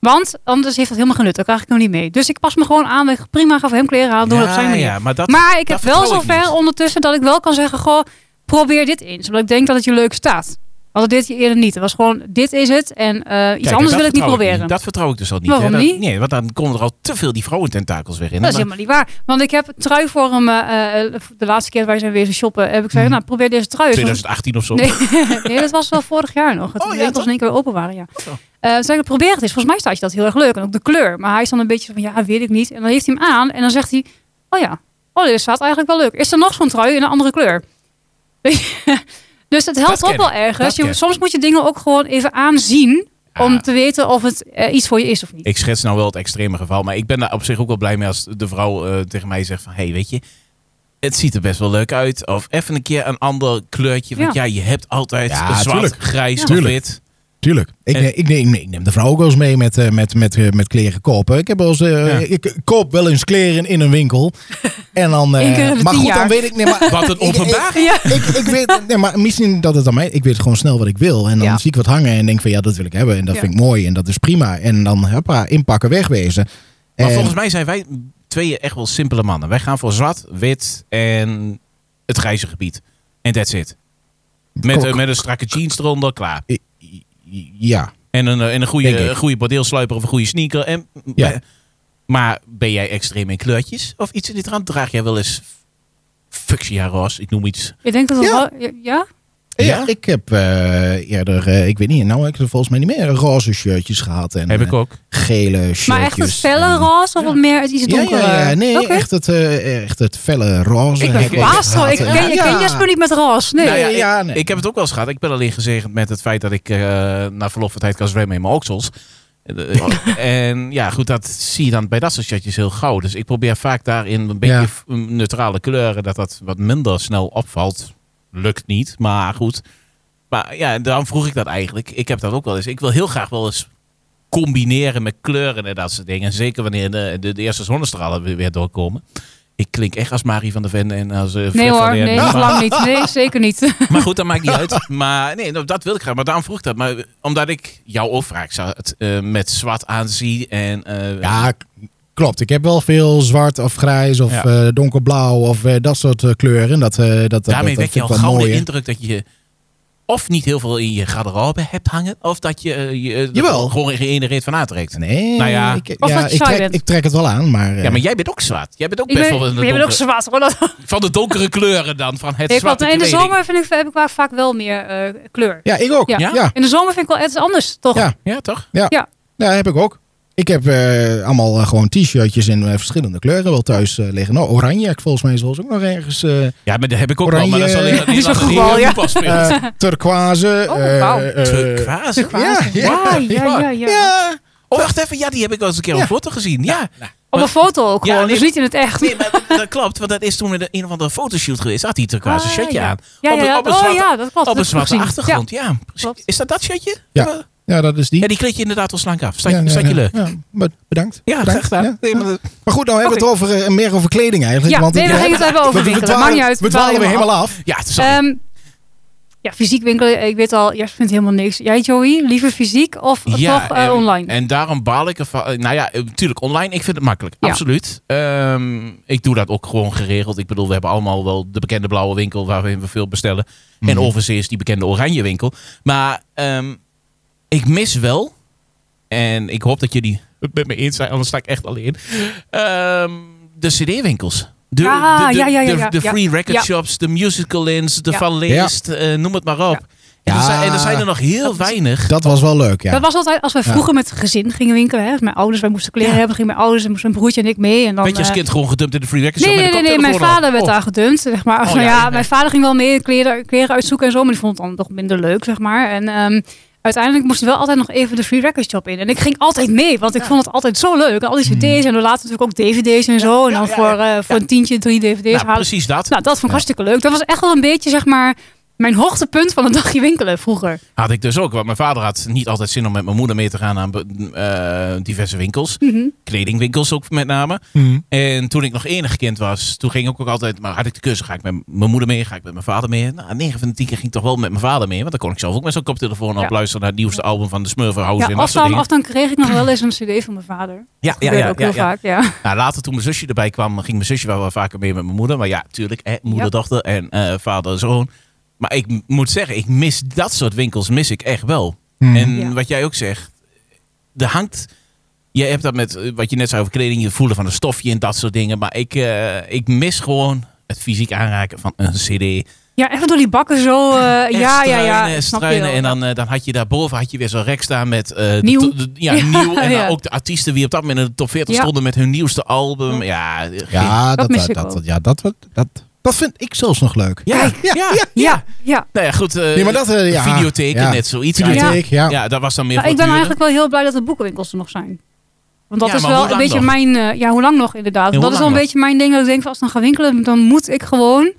A: Want anders heeft dat helemaal geen nut. Dan krijg ik hem niet mee. Dus ik pas me gewoon aan. Ik prima ga voor hem kleren halen. Doe het op zijn
C: ja,
A: manier.
C: ja, maar dat,
A: maar ik heb
C: dat
A: wel
C: vertrouw ik
A: zover
C: niet.
A: ondertussen dat ik wel kan zeggen: Goh, probeer dit eens. Omdat ik denk dat het je leuk staat. Want dat deed je eerder niet. Het was gewoon: dit is het. En eh, iets
C: Kijk,
A: anders
C: dat
A: wil ik niet
C: vertrouw
A: proberen.
C: Dat vertrouw ik dus al niet.
A: Waarom
C: hè? Dat-
A: niet?
C: Nee, want dan komen er al te veel die vrouwententakels weer in.
A: Dat is
C: En dan-
A: helemaal niet waar. Want ik heb een trui voor hem. eh, eh, de laatste keer dat wij zijn weer gaan shoppen, heb ik
C: Hmm.
A: gezegd: Nou, probeer deze trui. eens, want-
C: 2018 of zo.
A: Nee, nee, dat was wel vorig jaar nog. Het
C: Oh, ja,
A: winkels
C: toch?
A: in één keer weer open waren, ja.
C: Zo.
A: Eh toen zei ik, probeer het eens. Volgens mij staat je dat heel erg leuk. En ook de kleur. Maar hij is dan een beetje van, ja, weet ik niet. En dan heeft hij hem aan en dan zegt hij, oh ja, oh, dit staat eigenlijk wel leuk. Is er nog zo'n trui in een andere kleur? Weet je? dus het helpt
C: Dat
A: ook
C: ken
A: wel
C: ik.
A: ergens.
C: Dat
A: Je,
C: ken ik.
A: soms moet je dingen ook gewoon even aanzien om
C: Ah.
A: te weten of het eh, iets voor je is of niet.
C: Ik schets nou wel het extreme geval. Maar ik ben daar op zich ook wel blij mee als de vrouw eh, tegen mij zegt van... Hé, hey, weet je, het ziet er best wel leuk uit. Of even een keer een ander kleurtje. Want ja,
A: Ja.
C: je hebt altijd
B: Ja,
C: een zwart,
B: tuurlijk.
C: grijs
A: Ja.
C: of
B: Tuurlijk.
C: wit.
B: Tuurlijk. Ik,
C: En-
B: neem- ik, neem, ik neem de vrouw ook wel eens mee met, eh, met, met, eh, met kleren kopen. Ik, heb wel eens, eh,
C: Ja.
B: ik koop wel eens kleren in een winkel. En dan, eh,
A: Eén keer in de
B: maar
A: tien
B: goed,
A: jaar.
B: dan weet ik... Nee, maar,
C: Wat een
B: Ik- ik-
C: openbaar.
A: Ja.
B: ik, ik weet, nee, maar misschien dat het aan mij. Ik weet gewoon snel wat ik wil. En dan
A: Ja.
B: zie ik wat hangen en denk van ja, dat wil ik hebben. En dat
A: Ja.
B: vind ik mooi en dat is prima. En dan hoppa, inpakken, wegwezen.
C: Maar
B: En-
C: volgens mij zijn wij tweeën echt wel simpele mannen. Wij gaan voor zwart, wit en het grijze gebied. En that's it. Met,
B: Kok.
C: eh, met een strakke jeans eronder, klaar.
B: ja.
C: En een, eh, en een goede,
B: Denk ik.
C: een goede bordeelsluiper of een goede sneaker. En, eh,
B: Ja.
C: Maar ben jij extreem in kleurtjes of iets in die trant? Draag jij wel eens fuchsia roze? Ik noem iets.
A: Ik denk dat het
B: Ja.
A: wel... Ja? ja?
B: Ja,
C: Ja?
B: ik heb eh, eerder, eh, ik weet niet, nou heb ik er volgens mij niet meer roze shirtjes gehad. En,
C: Heb
B: eh,
C: ik ook.
B: Gele shirtjes.
A: Maar echt het felle
B: en-
A: roze of wat meer het iets
B: Ja,
A: donkerder?
B: ja, ja, nee,
A: Oké.
B: echt, het, eh, echt het felle roze.
A: Ik
B: heb
A: ben
B: ik
A: verbaasd. hoor.
B: gehad.
A: Ik ken, ik
B: Ja.
A: ken Jasper niet met roze. Nee.
C: Nou ja,
B: Nee, ja, nee.
C: Ik heb het ook wel eens gehad. Ik ben alleen gezegend met het feit dat ik eh, na verloop van tijd kan zwemmen in mijn oksels. Eh, en ja, goed, dat zie je dan bij dat soort shirtjes heel gauw. Dus ik probeer vaak daarin een beetje
B: Ja.
C: f- neutrale kleuren, dat dat wat minder snel opvalt. Lukt niet, maar goed. Maar ja, daarom vroeg ik dat eigenlijk. Ik heb dat ook wel eens. Ik wil heel graag wel eens combineren met kleuren en dat soort dingen. En zeker wanneer de, de, de eerste zonnestralen weer, weer doorkomen. Ik klink echt als Marie van der Ven en als eh, Fred
A: Nee
C: van
A: hoor,
C: Leer.
A: nee,
C: Maar-
A: lang niet. Nee, zeker niet.
C: maar goed, dat maakt niet uit. Maar nee, nou, dat wil ik graag. Maar daarom vroeg ik dat. Maar eh, omdat ik jou ook vaak zat, eh, met zwart aanzie en... eh,
B: Ja, k- klopt. Ik heb wel veel zwart of grijs of
C: Ja.
B: eh, donkerblauw of eh, dat soort eh, kleuren. Dat, eh, dat, dat,
C: daarmee
B: dat, dat
C: wek je
B: vind
C: al
B: ik wel
C: gauw
B: mooi,
C: de
B: hè.
C: indruk dat je of niet heel veel in je garderobe hebt hangen... of dat je, eh, je eh,
B: Jawel.
C: gewoon geen reet van aantrekt.
B: Nee,
C: Nou ja.
B: ik,
A: Of dat
B: ja,
A: je
B: ik,
A: saai
B: trek,
A: bent.
B: ik trek het wel aan, maar... eh,
C: Ja, maar jij bent ook zwart. Jij bent ook
A: Ik
C: best
A: ben,
C: wel in de
A: je bent ook
C: donkere-
A: zwart. Hoor. Dat,
C: van de donkere kleuren dan. Van het
A: Nee, klopt.
C: zwarte
A: in de
C: kleding.
A: zomer vind ik, heb ik wel vaak wel meer eh, kleur.
B: ja, ik ook.
A: Ja.
B: Ja, ja.
A: In de zomer vind ik wel iets anders, toch?
B: Ja.
C: Ja, toch?
B: heb ik ook. Ik heb eh, allemaal eh, gewoon t-shirtjes in eh, verschillende kleuren wel thuis eh, liggen. Nou, oranje, heb ik volgens mij zoals ook nog ergens. eh
C: Ja, maar dat heb ik ook wel. Maar dat
B: Oranje-
C: is alleen dat
B: Dat is
A: een
C: Nederland niet
A: voetbal,
C: heel
A: ja.
C: voetbal speelt.
B: eh, turquoise.
A: Oh,
B: eh,
A: wauw.
B: eh,
C: Turquoise.
B: Ja, ja,
A: ja, ja, ja.
B: ja.
C: Oh, wacht even. Ja, die heb ik wel eens een keer op
B: Ja.
C: foto gezien. Ja.
A: Op een foto ook
C: Ja,
A: gewoon,
C: nee.
A: dus niet in het echt.
C: Nee, maar dat, dat klopt, want dat is toen met een of andere fotoshoot geweest. Had hij een turquoise
A: Ah,
C: shirtje
A: ja.
C: aan.
A: Ja,
C: op
A: ja,
C: een,
A: ja.
C: op een
A: oh
C: zwarte,
A: ja, dat klopt.
C: op een
A: dat heb ik
C: zwarte
A: gezien.
C: achtergrond, ja. precies.
A: klopt.
C: Is dat dat shirtje?
B: Ja. Ja, dat is die.
C: Ja, die kleed je inderdaad wel slank af. Staat,
B: Ja, ja,
C: staat je
B: ja.
C: leuk?
B: Ja, be- bedankt.
C: Ja,
B: Bedankt.
C: graag gedaan.
B: Ja.
C: Nee, maar dat-
B: Maar goed, nou hebben we het over, eh, meer over kleding
A: Ja,
B: eigenlijk.
A: ja
B: want
A: nee,
B: ik-
A: we gingen het hebben over
B: we- we
A: winkelen.
B: dwalen-
A: Maakt niet uit.
B: We dwalen weer helemaal af.
C: ja, het is al-
A: Ehm, ja, fysiek winkelen, ik weet al, Jasper vindt helemaal niks. Jij Joey, liever fysiek of
C: ja, ehm,
A: toch eh,
C: en-
A: online?
C: En daarom baal ik ervan. eh, Nou ja, eh, natuurlijk online. Ik vind het makkelijk.
A: Ja.
C: Absoluut. Ehm, ik doe dat ook gewoon geregeld. Ik bedoel, we hebben allemaal wel de bekende blauwe winkel waarin we veel bestellen.
A: Mhm.
C: En overzees die bekende oranje winkel. Maar ehm, ik mis wel. En ik hoop dat jullie het met me eens zijn, anders sta ik echt alleen. Ehm, de CD-winkels. De,
A: Ah,
C: de, de,
A: ja, ja, ja,
C: de-
A: ja,
C: de
A: ja.
C: free record
A: Ja.
C: shops, de musical ins, de
A: Ja.
C: van Leest, eh, noem het maar op. En, er
B: Ja.
C: zijn, en er zijn er nog heel weinig.
B: Dat was wel leuk, ja.
A: Dat was altijd, als wij vroeger met gezin gingen winkelen, hè, als mijn ouders, wij moesten kleren
C: Ja.
A: hebben, gingen mijn ouders en moesten mijn broertje en ik mee. En dan,
C: Weet je, als
A: eh,
C: kind gewoon gedumpt in de Oh, free record shop
A: Nee, nee, nee,
C: met een
A: nee, mijn
C: koptelefoon
A: vader werd
C: op.
A: daar gedumpt, zeg maar. Of,
C: Oh,
A: nou
C: ja,
A: ja,
C: nee.
A: mijn vader ging wel mee kleren, kleren uitzoeken en zo, maar die vond het dan toch minder leuk, zeg maar. En ehm, uiteindelijk moest wel altijd nog even de Free Records Shop in. En ik ging altijd mee, want ik
C: Ja. Hmm.
A: vond het altijd zo leuk. Al die
B: Mm.
A: cd's en dan later natuurlijk ook dvd's en zo. En
C: ja,
A: dan
C: ja,
A: voor, eh, voor een tientje drie dvd's
C: Nou,
A: halen.
C: precies dat.
A: Nou, dat vond ik hartstikke leuk. Dat was echt wel een beetje, zeg maar, mijn hoogtepunt van een dagje winkelen vroeger.
C: Had ik dus ook. Want mijn vader had niet altijd zin om met mijn moeder mee te gaan naar be- eh, diverse winkels.
A: Mhm.
C: Kledingwinkels ook met name.
B: Mm.
C: En toen ik nog enig kind was, toen ging ik ook altijd... Maar had ik de keuze, ga ik met mijn moeder mee, ga ik met mijn vader mee? Nou, 9 van de 10 keer ging ik toch wel met mijn vader mee. Want dan kon ik zelf ook met zo'n koptelefoon op
A: Ja.
C: luisteren naar het nieuwste album van de Smurferhouse en
A: Ja,
C: Oh, dat
A: of, dan,
C: soort dingen.
A: of dan kreeg ik nog wel eens een cd van mijn vader.
C: Ja,
A: Ja, ook heel
C: ja.
A: vaak, ja.
C: Nou, later toen mijn zusje erbij kwam, ging mijn zusje wel, wel vaker mee met mijn moeder. Maar ja, tuurlijk, hè, moeder,
A: Ja.
C: dochter en eh, vader, zoon. Maar ik m- moet zeggen, ik mis dat soort winkels mis ik echt wel. En
A: Mhm. Ja.
C: wat jij ook zegt, er hangt... Je hebt dat met, eh, wat je net zei over kleding, je voelen van een stofje en dat soort dingen. Maar ik, eh, ik mis gewoon het fysiek aanraken van een cd.
A: Ja, even door die bakken zo. eh,
C: En
A: ja, ja,
C: struinen
A: ja,
C: en
A: snap je
C: struinen.
A: wel.
C: En dan, eh, dan had je daarboven had je weer zo'n rek staan met... eh, de
A: Nieuw.
C: to- de- ja,
A: Ja,
C: nieuw. En dan
A: ja.
C: ook de artiesten die op dat moment in de top 40
A: Ja.
C: stonden met hun nieuwste album. Ja, geen-
B: Ja, dat,
A: mis
B: dat,
A: ik
B: dat,
A: ook.
B: ja dat, dat, dat, dat vind ik zelfs nog leuk.
C: Ja, ja, ja,
A: Ja, ja.
C: Nou ja, goed. eh
B: Nee, maar dat, eh, ja.
C: videotheek en
B: Ja.
C: net zoiets. Ja,
B: Videotheek, ja.
C: ja, dat was dan meer
A: Nou,
C: voor
A: ik ben
C: het
A: eigenlijk wel heel blij dat de boekenwinkels er nog zijn. Want dat
C: Ja,
A: is
C: maar
A: wel
C: hoe
A: een
C: lang
A: beetje
C: nog?
A: mijn... eh, ja, hoe lang nog inderdaad.
C: Ja, hoe
A: dat is wel
C: lang
A: een
C: nog?
A: beetje mijn ding. Dat ik denk, van, als ik dan ga winkelen, dan moet ik gewoon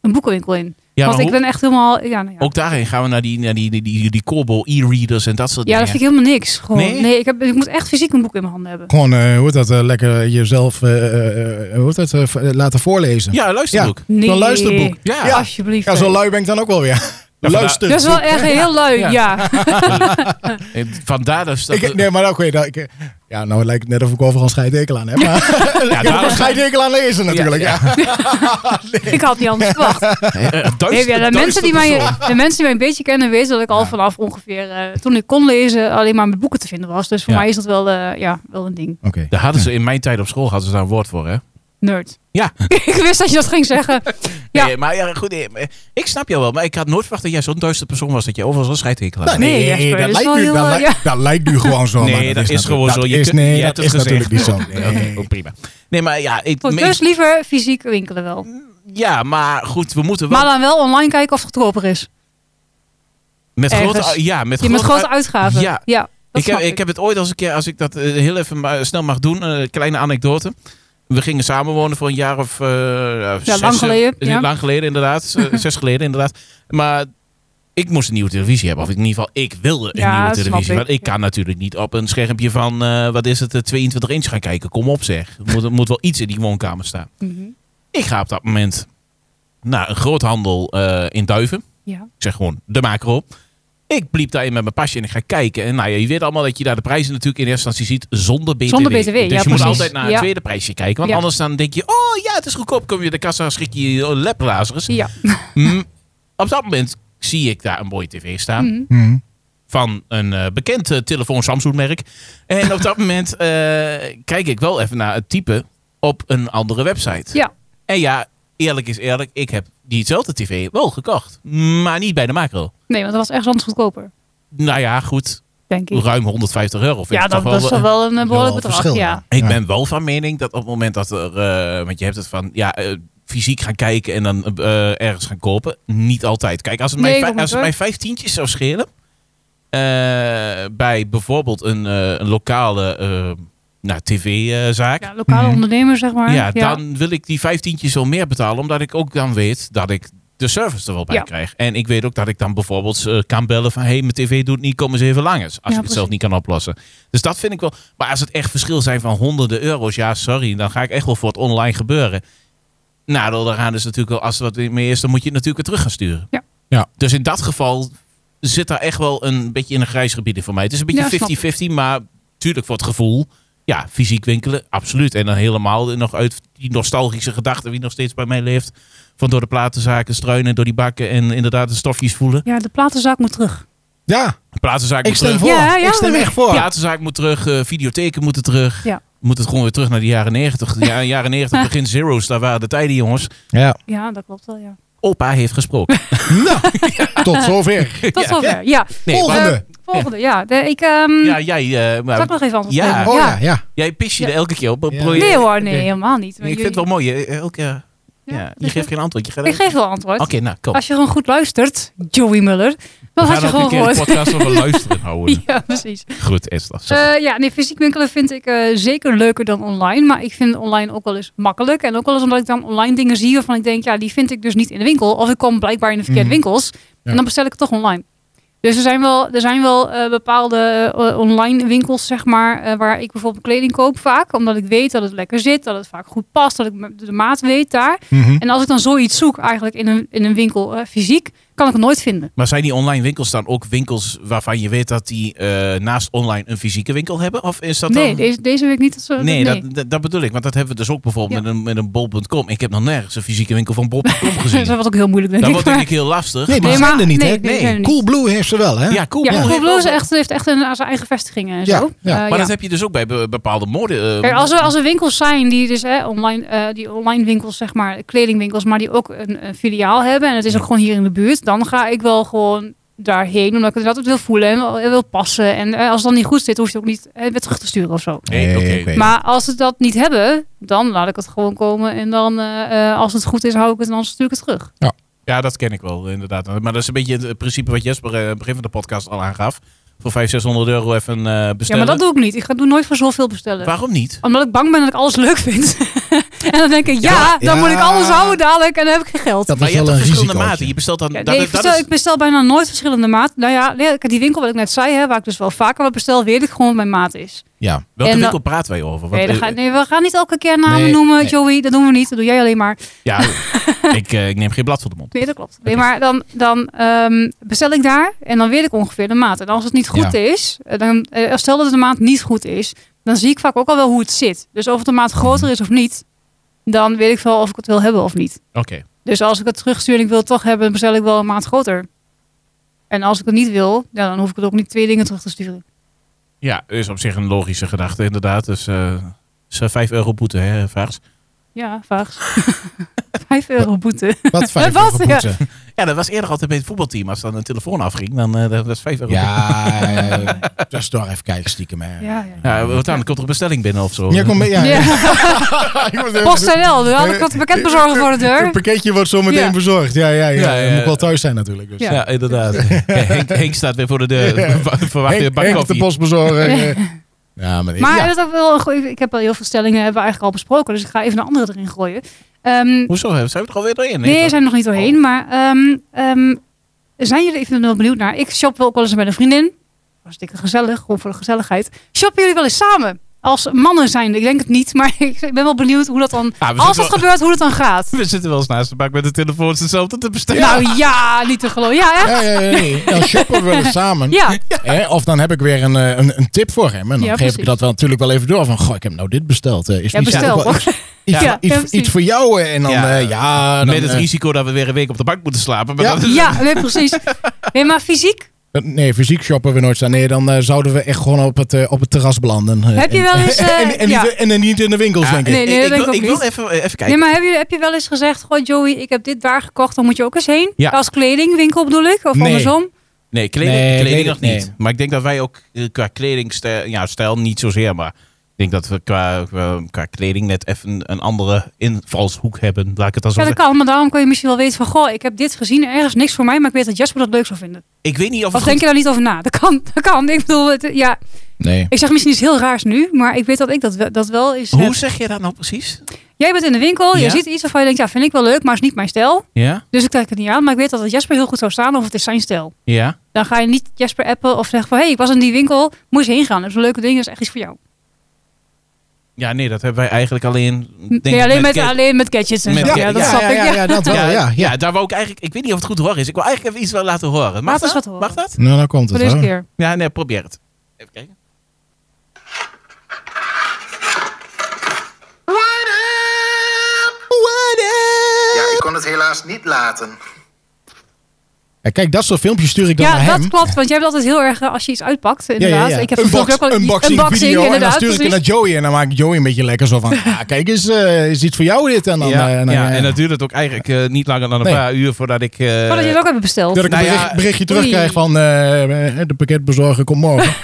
A: een boekenwinkel in.
C: duren. Ja,
A: Want
C: maar
A: ik
C: hoe-
A: ben echt helemaal... Ja, nou ja.
C: Ook daarin gaan we naar die, naar die, die, die, die Kobo e-readers en dat soort
A: ja dat
C: dingen.
A: vind ik helemaal niks. Gewoon.
C: Nee?
A: Nee, ik, heb, ik moet echt fysiek een boek in mijn handen hebben.
B: Gewoon, eh, hoe heet dat, eh, lekker jezelf eh, eh, eh, hoe heet dat, eh, v- eh, laten voorlezen.
C: Ja, luisterboek.
A: Nee.
B: Zo'n luisterboek.
C: Ja.
B: Ja.
A: Alsjeblieft.
B: Ja, zo lui ben ik dan ook wel weer.
C: Ja,
B: Luister.
A: dat is wel echt heel lui,
C: Ja.
A: ja.
C: En Vandaar dus dat...
B: Ik, nee, maar ook weer dat ik... eh, Ja, nou het lijkt net of ik overal scheidekel aan heb. Maar
C: ja,
B: ik heb ook
C: daarom-
B: een scheidekel aan lezen natuurlijk.
C: Ja,
B: Ja,
A: Ik had niet anders verwacht.
C: eh, duister-
A: Nee, ja, de, mensen die mij,
C: duister persoon.
A: de mensen die mij een beetje kennen weten dat ik al
B: Ja.
A: vanaf ongeveer eh, toen ik kon lezen alleen maar met boeken te vinden was. Dus voor
C: Ja.
A: mij is dat wel, eh, ja, wel een ding.
B: Oké.
C: Daar hadden ze in mijn tijd op school hadden ze daar een woord voor, hè?
A: Nerd.
C: Ja.
A: ik wist dat je dat ging zeggen. Ja.
C: Nee, maar ja, goed. eh, Ik snap jou wel, maar ik had nooit verwacht dat jij zo'n duister persoon was dat je overal zo'n scheidhekel had.
B: Nou,
A: Nee, Jasper, dat
B: dat,
A: is
B: lijkt
A: wel
B: nu,
A: heel,
B: dat,
A: eh,
B: lijkt-
A: ja.
B: dat lijkt nu gewoon zo.
C: Nee,
B: maar
C: dat is gewoon
B: natuurlijk-
C: zo. Je
B: Dat is,
C: kunt- je
B: nee,
C: hebt
B: dat
C: het
B: is
C: gezegd.
B: natuurlijk niet zo.
C: Oké,
B: Nee.
C: oké, prima. Nee, maar ja, ik,
A: Goed,
C: meest-
A: dus liever fysiek winkelen wel.
C: ja, maar goed, we moeten wel
A: Maar dan wel online kijken of het goedkoper is.
C: met grote,
A: ergens.
C: ja, met
A: Je met grote
C: grote
A: uitgaven.
C: ja.
A: dat
C: ik heb,
A: snap
C: ik heb het ooit als een keer, als ik dat eh, heel even maar snel mag doen, een kleine anekdote. We gingen samenwonen voor een jaar of eh, zes,
A: lang geleden,
C: eh,
A: ja.
C: Lang geleden inderdaad. eh, zes geleden inderdaad. Maar ik moest een nieuwe televisie hebben. Of in ieder geval, ik wilde een
A: Ja,
C: nieuwe
A: dat snap
C: televisie.
A: ik.
C: Want ik kan natuurlijk niet op een schermpje van, eh, wat is het, eh, 22 inch gaan kijken. Kom op zeg. Er moet, er moet wel iets in die woonkamer staan.
A: Mhm.
C: Ik ga op dat moment naar een groothandel eh in Duiven.
A: Ja.
C: Ik zeg gewoon, de macro. Ik bliep daarin met mijn pasje en ik ga kijken. En nou ja, je weet allemaal dat je daar de prijzen natuurlijk in eerste instantie ziet zonder BTW.
A: Zonder BTW,
C: dus je
A: ja,
C: moet
A: precies.
C: altijd naar een
A: Ja.
C: tweede prijsje kijken. Want
A: Ja.
C: anders dan denk je, oh ja, het is goedkoop. Kom je de kassa, schrik je je leplazers.
A: Ja.
C: Mm, op dat moment zie ik daar een mooie tv staan
A: Mhm.
B: Mhm.
C: van een eh, bekend eh, telefoon Samsung merk. En op dat moment eh, kijk ik wel even naar het type op een andere website.
A: Ja.
C: En ja, eerlijk is eerlijk, ik heb diezelfde tv wel gekocht. Maar niet bij de macro.
A: Nee, want dat was ergens anders goedkoper,
C: Nou ja, goed.
A: denk ik.
C: Ruim 150 euro. Vind
A: Ja,
C: ik toch
A: dat, dat is
C: wel,
A: toch wel een eh, behoorlijk
B: wel
A: bedrag.
B: verschil,
A: ja.
B: ja.
C: Ik
B: Ja.
C: ben wel van mening dat op het moment dat er... eh, want je hebt het van, ja, eh, fysiek gaan kijken en dan eh, ergens gaan kopen. Niet altijd. Kijk, als het,
A: Nee,
C: mij,
A: ik
C: vij-
A: ook niet,
C: als het
A: hoor.
C: mij vijftientjes zou schelen... eh, bij bijvoorbeeld een, eh, een lokale eh, nou, tv-zaak...
A: Ja, lokale
B: Mhm.
A: ondernemer, zeg maar.
C: ja, dan wil ik die vijftientjes wel meer betalen. Omdat ik ook dan weet dat ik de service er wel bij
A: Ja.
C: krijg. En ik weet ook dat ik dan bijvoorbeeld eh, kan bellen van... hé, hey, mijn tv doet niet, kom eens even langs. Als ik het
A: precies.
C: zelf niet kan oplossen. Dus dat vind ik wel... Maar als het echt verschil zijn van honderden euro's... ja, sorry, dan ga ik echt wel voor het online gebeuren. Nadeel daaraan is natuurlijk wel... als er wat meer is, dan moet je het natuurlijk weer terug gaan sturen.
A: Ja.
B: Ja.
C: Dus in dat geval zit daar echt wel een beetje in een grijs gebied in voor mij. Het is een
A: Ja, snap
C: beetje 50-50, maar tuurlijk voor het gevoel... Ja, fysiek winkelen, absoluut. En dan helemaal nog uit die nostalgische gedachte die nog steeds bij mij leeft. Van door de platenzaken struinen, door die bakken en inderdaad de stofjes voelen.
A: Ja, de platenzaak moet terug.
B: Ja,
C: De platenzaak
B: ik
C: moet
B: stem
C: terug.
B: voor.
A: Ja, ja,
B: ik stem
A: dat-
B: echt voor.
C: Platenzaak moet terug, eh, videotheken moeten terug.
A: Ja.
C: Moet het gewoon weer terug naar de jaren 90. Ja, jaren 90, begin zero's, daar waren de tijden jongens.
B: Ja.
A: Ja, dat klopt wel, ja.
C: Opa heeft gesproken. Nou,
B: Tot zover.
A: Tot
C: Ja.
A: zover. Ja,
B: Volgende.
A: Eh, volgende, ja. De, ik, ehm
C: Ja, jij, eh
A: zal
C: maar,
A: ik nog even antwoord
C: Ja.
A: geven?
B: oh ja, ja.
C: jij pis je
A: Ja.
C: er elke keer op.
B: Ja.
C: Probeer-
A: Nee hoor, nee,
C: Oké.
A: helemaal niet. Maar
C: Ik vind het wel
A: jullie-
C: mooi. hè, Elke, ja,
A: Ja,
C: je
A: dus
C: geeft geen antwoord. Je gaat
A: Ik geef wel antwoord.
C: Oké, nou, kom.
A: Als je gewoon goed luistert, Joey Muller, Dat
C: We
A: had je
C: gaan ook
A: gewoon
C: een keer een
A: gehoord.
C: podcast over luisteren houden.
A: Ja, precies.
C: Goed, Esther. zeg.
A: Eh, ja, nee, fysiek winkelen vind ik eh, zeker leuker dan online. Maar ik vind online ook wel eens makkelijk. En ook wel eens omdat ik dan online dingen zie waarvan ik denk, ja, die vind ik dus niet in de winkel. Of ik kom blijkbaar in de verkeerde
B: Mhm.
A: winkels. En
B: Ja.
A: dan bestel ik het toch online. Dus er zijn wel, er zijn wel eh, bepaalde eh, online winkels, zeg maar, eh, waar ik bijvoorbeeld kleding koop vaak. Omdat ik weet dat het lekker zit, dat het vaak goed past, dat ik me- de maat weet daar.
B: Mhm.
A: En als ik dan zoiets zoek eigenlijk in een, in een winkel eh, fysiek, kan ik het nooit vinden.
C: maar zijn die online winkels dan ook winkels waarvan je weet dat die eh, naast online een fysieke winkel hebben? Of is dat
A: nee,
C: dan...
A: deze, deze week niet. Dat ze,
C: Nee, Dat, dat, dat bedoel ik. Want dat hebben we dus ook bijvoorbeeld
A: Ja.
C: met een, met een bol.com. Ik heb nog nergens een fysieke winkel van bol.com gezien.
A: dat was ook heel moeilijk, denk
C: dat
A: ik.
C: wordt
A: maar-
C: denk ik heel lastig.
B: Nee, die
A: Nee,
B: zijn
A: maar-
B: er niet,
A: nee,
B: hè?
A: die zijn er niet.
B: Coolblue heeft ze wel, hè?
C: ja, cool.
A: Ja,
C: Blue
A: Cool
C: heeft
A: Blue is
C: wel-
A: echt, heeft echt een, zijn eigen vestigingen en
B: Ja,
A: zo.
B: ja.
A: Eh,
C: Maar dat heb je dus ook bij be- bepaalde mode. eh,
A: Kijk, als er, als er winkels zijn die dus hè, online, eh, die online winkels, zeg maar, kledingwinkels, maar die ook een, een filiaal hebben en het is ook gewoon hier in de buurt, dan ga ik wel gewoon daarheen, omdat ik het altijd wil voelen en wil, en wil passen. En eh, als het dan niet goed zit, hoef je het ook niet eh, weer terug te sturen of zo.
C: Nee, oké.
B: oké.
A: Maar als ze dat niet hebben, dan laat ik het gewoon komen en dan, eh, eh, als het goed is, hou ik het en anders stuur ik het terug.
C: Ja, dat ken ik wel, inderdaad. Maar dat is een beetje het principe wat Jesper eh, aan het begin van de podcast al aangaf. Voor 500, 600 euro even eh,
A: Ja,
C: bestellen.
A: maar dat doe ik niet. Ik ga doe nooit voor zoveel bestellen.
C: Waarom niet?
A: Omdat ik bang ben dat ik alles leuk vind. en dan denk ik, ja,
B: Ja,
A: dan
B: ja.
A: moet ik alles houden dadelijk en dan heb ik geen geld.
B: Dat
C: maar
B: is
C: je hebt
B: wel
C: toch
B: een
C: verschillende
B: risico.
C: maten. Je bestelt dan...
A: Ja,
C: dat,
A: nee, ik,
C: dat
A: bestel,
C: is-
A: ik bestel bijna nooit verschillende maten. Nou ja, nee, ik heb die winkel wat ik net zei, hè, waar ik dus wel vaker wat bestel, weet ik gewoon wat mijn maat is.
B: Ja.
C: Welke
A: en dan-
C: winkel praten wij over? Want,
A: Nee, dan
C: eh,
A: ga- nee, we gaan niet elke keer namen
B: Nee,
A: noemen,
B: nee.
A: Joey. Dat doen we niet. Dat doe jij alleen maar.
C: Ja, ik, eh, ik neem geen blad voor de mond.
A: Nee, dat klopt. Nee, maar dan, dan ehm, bestel ik daar en dan weet ik ongeveer de maat. En als het niet goed
B: Ja.
A: is, eh, dan, eh, stel dat de maat niet goed is, dan zie ik vaak ook al wel hoe het zit. Dus of het de maat groter is of niet, dan weet ik wel of ik het wil hebben of niet.
C: Oké.
A: Dus als ik het terugstuur en ik wil het toch hebben, dan bestel ik wel een maat groter. En als ik het niet wil, ja, dan hoef ik het ook niet twee dingen terug te sturen.
C: Ja, is op zich een logische gedachte, inderdaad. Dus eh is eh, 5 euro boete, hè, Vaars?
A: Ja, vaag. Vijf euro boete.
B: Wat vijf
A: Wat?
B: euro
A: Ja.
B: boete.
C: Ja, dat was eerder altijd bij het voetbalteam. Als dan een telefoon afging, dan eh dat was 5 euro boete.
B: Ja, eh, dat is toch even kijken stiekem, hè?
A: Ja, ja.
C: Ja, wat dan? Er komt er een bestelling binnen of zo.
B: Ja, kom bij- ja,
A: Ja.
B: ja.
A: PostNL, daar had ik wat pakket bezorgen voor de
B: Het
A: deur.
B: eh, pakketje wordt zo meteen
A: Ja.
B: bezorgd. Ja, ja, ja.
C: Ja, ja.
B: Je moet wel thuis zijn natuurlijk. Dus.
A: Ja.
C: Ja, inderdaad. Ja, Henk, Henk staat weer voor de deur.
B: Ja.
C: Verwacht
B: Henk-
C: je
B: Henk op de
C: bakkoffie.
B: postbezorger. eh. Ja, maar,
A: Maar
B: ja.
A: dat is ook wel een goeie- ik heb al heel veel stellingen hebben we eigenlijk al besproken, dus ik ga even een andere erin gooien. Ehm,
C: Hoezo? Zijn we er alweer doorheen?
A: nee,
C: toch?
A: we zijn er nog niet doorheen, maar ehm, ehm, zijn jullie even wel benieuwd naar? Ik shop wel ook wel eens met een vriendin. Hartstikke gezellig, gewoon voor de gezelligheid. Shoppen jullie wel eens samen? Als mannen zijn, ik denk het niet, maar ik ben wel benieuwd hoe dat dan,
C: Ah, we,
A: als
C: zitten
A: dat
C: wel,
A: gebeurt, hoe het dan gaat.
C: we zitten wel eens naast de bak met de telefoons hetzelfde te bestellen.
A: Nou ja, niet te geloven. Ja, hè?
B: Ja, ja, ja, ja. Dan shoppen we wel eens samen.
A: Ja,
B: Hè? Of dan heb ik weer een, eh, een, een tip voor hem. En dan
A: Ja,
B: geef
A: precies.
B: ik dat wel, natuurlijk wel even door. Van, goh, ik heb nou dit besteld. eh, is
A: ja
B: misschien
A: bestel.
B: ook wel
A: hoor.
B: iets,
A: Ja,
B: iets, iets-
A: ja,
B: iets
A: precies.
B: voor jou. eh, En dan, ja,
C: Ja.
B: ja dan,
C: met het
B: eh,
C: risico dat we weer een week op de bank moeten slapen. Maar
B: Ja.
C: dat
A: Nou,
C: is-
A: Ja, nee, precies. Nee, maar fysiek,
B: Nee, fysiek shoppen we nooit staan. Nee, dan eh, zouden we echt gewoon op het, eh, op het terras belanden. Eh,
A: Heb je
B: en-
A: wel eens, eh,
B: en, en,
A: ja.
B: niet, en dan niet in de winkels,
C: Ja,
B: denk ik.
A: Nee, nee, dat
C: Ah, ik,
A: denk ik
C: wil,
A: ook
C: ik wil
A: niet.
C: even, even kijken.
A: Nee, maar heb je, heb je wel eens gezegd, goh Joey, ik heb dit daar gekocht, dan moet je ook eens heen?
C: Ja.
A: Als kledingwinkel bedoel ik, of
B: Nee.
A: andersom?
C: Nee, kleding,
B: Nee,
C: kleding
B: kleding-
C: nog niet.
B: nee.
C: Maar ik denk dat wij ook eh, qua kledingstijl, ja, stijl niet zozeer, maar ik denk dat we qua, qua, qua kleding net even een andere invalshoek hebben. Laat ik het dan zo
A: Ja, dat
C: zeggen.
A: kan, maar daarom kun je misschien wel weten van, goh, ik heb dit gezien, ergens niks voor mij, maar ik weet dat Jasper dat leuk zou vinden.
C: Ik weet niet of
A: Of
C: het
A: denk
C: goed-
A: je daar niet over na? Dat kan, dat kan. Ik bedoel, het, ja,
B: Nee.
A: ik zeg misschien iets heel raars nu, maar ik weet dat ik dat, wel- dat wel is. eh,
C: Hoe zeg je dat nou precies?
A: Jij bent in de winkel, je
C: Ja.
A: ziet iets waarvan je denkt, ja, vind ik wel leuk, maar is niet mijn stijl.
C: Ja?
A: Dus ik trek het niet aan, maar ik weet dat het Jasper heel goed zou staan, of het is zijn stijl.
C: Ja?
A: Dan ga je niet Jasper appen of zeggen van, hé, hey, ik was in die winkel, moet je heen gaan. Dat is een leuke ding, dat is echt iets voor jou.
C: Ja, nee, dat hebben wij eigenlijk alleen... denk
A: Nee,
C: ik,
A: alleen met,
C: Kate-
A: alleen met gadgets en
C: Met
A: zo.
C: ga-
A: Ja, dat
C: ja,
A: snap ik.
B: ja,
A: ja.
B: ja, dat wel,
C: Ja,
B: ja. ja.
C: daar wou ik eigenlijk... Ik weet niet of het goed te horen is. Ik wil eigenlijk even iets wel laten horen. Mag
A: Laat
C: dat?
A: eens wat horen.
C: Mag dat?
B: Nou, nou komt
A: Voor
B: het.
A: deze
B: hoor.
A: keer.
C: Ja, nee, probeer het. Even kijken.
D: Ja, ik kon het helaas niet laten.
B: Ja, kijk, dat soort filmpjes stuur ik dan naar
A: Ja,
B: hem.
A: dat klopt. Want jij hebt altijd heel erg eh, als je iets uitpakt.
B: Ja, ja,
A: Inderdaad.
B: ja.
A: Ik heb
B: Unbox-
A: natuurlijk ook al
B: unboxing, video. En dan stuur ik het naar Joey. En dan maak ik Joey een beetje lekker zo van... ah, kijk eens, eh, is iets voor jou dit? En dan,
C: ja,
B: eh, dan,
C: ja,
B: eh,
C: en dat duurt het ook eigenlijk eh, niet langer dan een
B: Nee.
C: paar uur voordat ik... eh,
A: Voordat Oh, je het ook hebt besteld.
B: dat ik een
C: Nou ja,
B: bericht- berichtje
A: oei.
B: terugkrijg van... eh, eh, de pakketbezorger komt morgen.